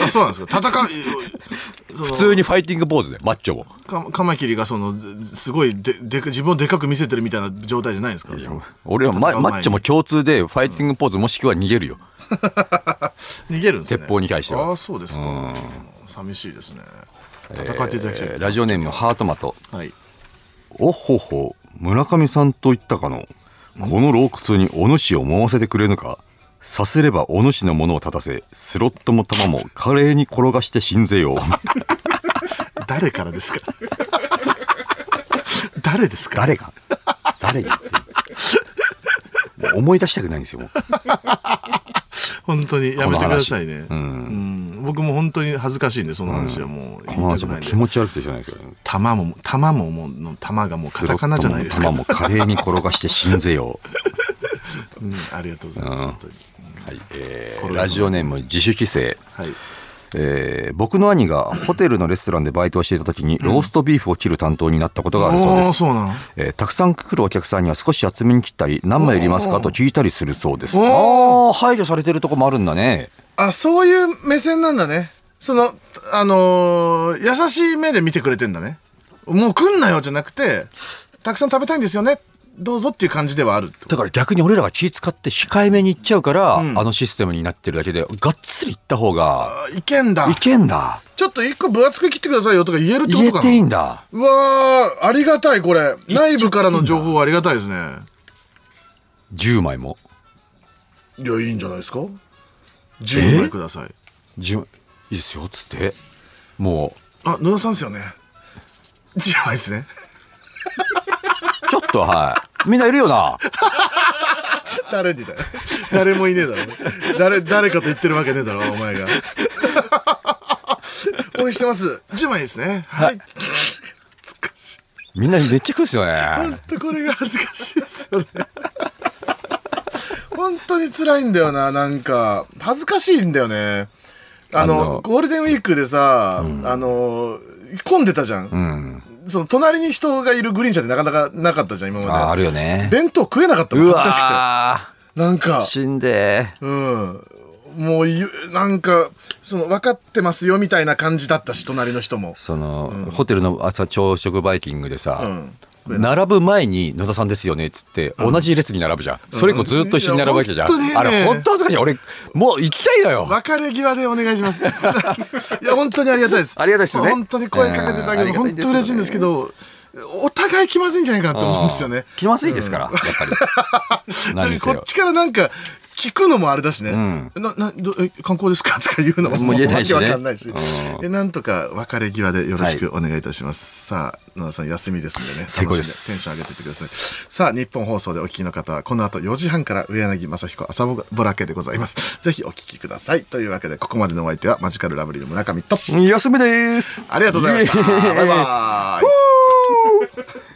あそうなんですか。戦 う、普通にファイティングポーズでマッチョもかカマキリがそのずすごいででか自分をでかく見せてるみたいな状態じゃないんですかその俺はマ戦うマ前にッチョも共通でファイティングポーズもしくは逃げるよ逃げるんですね鉄砲に対してはああそうですか寂しいですね戦っていただきたい、えーラジオネームハートマトはいおほほ村上さんと言ったかのこの洞窟にお主を回せてくれぬかさせればお主のものを立たせスロットも玉も華麗に転がして死んぜよう誰からですか 誰ですか誰が誰がもう思い出したくないんですよもう本当にやめてくださいねこの話うんうん僕も本当に恥ずかしいんでその話はもう言このいた話くもないうん気で持ち悪くてしょうがないですよね玉も玉ももうの玉がもうカタカナじゃないですか、スロットも玉も華麗に転がして死んぜよううんありがとうございます本当にはい、えーラジオネーム自主規制はいえー僕の兄がホテルのレストランでバイトをしていた時にローストビーフを切る担当になったことがあるそうでおーす、そうなのえーたくさん来るお客さんには少し厚めに切ったり何枚いりますかと聞いたりするそうですあおあ排除されてるとこもあるんだねあ、そういう目線なんだね。その、あのー優しい目で見てくれてんだね。もう来んなよじゃなくて、たくさん食べたいんですよね。どうぞっていう感じではあるってこと。だから逆に俺らが気使って控えめに行っちゃうから、あのシステムになってるだけでがっつり行った方があいけんだい。けんだちょっと一個分厚く切ってくださいよとか言えるってこ言えとかていいなんだうわー、ありがたい、これ。内部からの情報はありがたいですね。 10枚もいや、いいんじゃないですか ?10 枚ください。 10いいですよっつってもあ、野田さんですよね。10枚ですね。うちょっとはいみんないるよな誰にだよ。誰もいねえだろ。誰、誰かと言ってるわけねえだろ、お前が。応援してます。10枚ですね。はい。恥ずかしい。みんなめっちゃ食うっすよね本当これが恥ずかしいですよね。本当に辛いんだよな、なんか。恥ずかしいんだよね。あの、あのゴールデンウィークでさ、あの、混んでたじゃん。うんその、隣に人がいるグリーン車ってなかなかなかったじゃん、今あーあまで。るよね弁当食えなかったもん、う恥わずかしくて。ーなんか。死んでうん。もうゆ、なんか、その、分かってますよみたいな感じだったし、隣の人も。その、ホテルの朝朝食バイキングでさ、うん並ぶ前に野田さんですよねっつって、同じ列に並ぶじゃん、それ以降ずっと一緒に並ぶわけじゃん、いや本当あにねれ本当恥ずかしい俺もう行きたいのよ別れ際でお願いし ます。いや、本当にありがたいです。ありがたいですよね本当に声かけていただけうど、ん本当嬉しいんですけど、お互い気まずいんじゃないかなと思うんですよね。気まずいですから、やっぱ り何にせこっよちからなんか、聞くのもあれだしね。な、な、どえ観光ですかとか言うのも、もう言えないしねわけわかんないしう。えなんとか別れ際でよろしくお願いいたします。さあ、野田さん休みですんでね。最高で楽しすんテンション上げてってください。さあ、日本放送でお聞きの方は、この後4時半から上柳正彦朝ぼらけでございます。ぜひお聞きください。というわけで、ここまでのお相手は、マジカルラブリーの村上と、休みです ありがとうございました。イエーイバイバイ。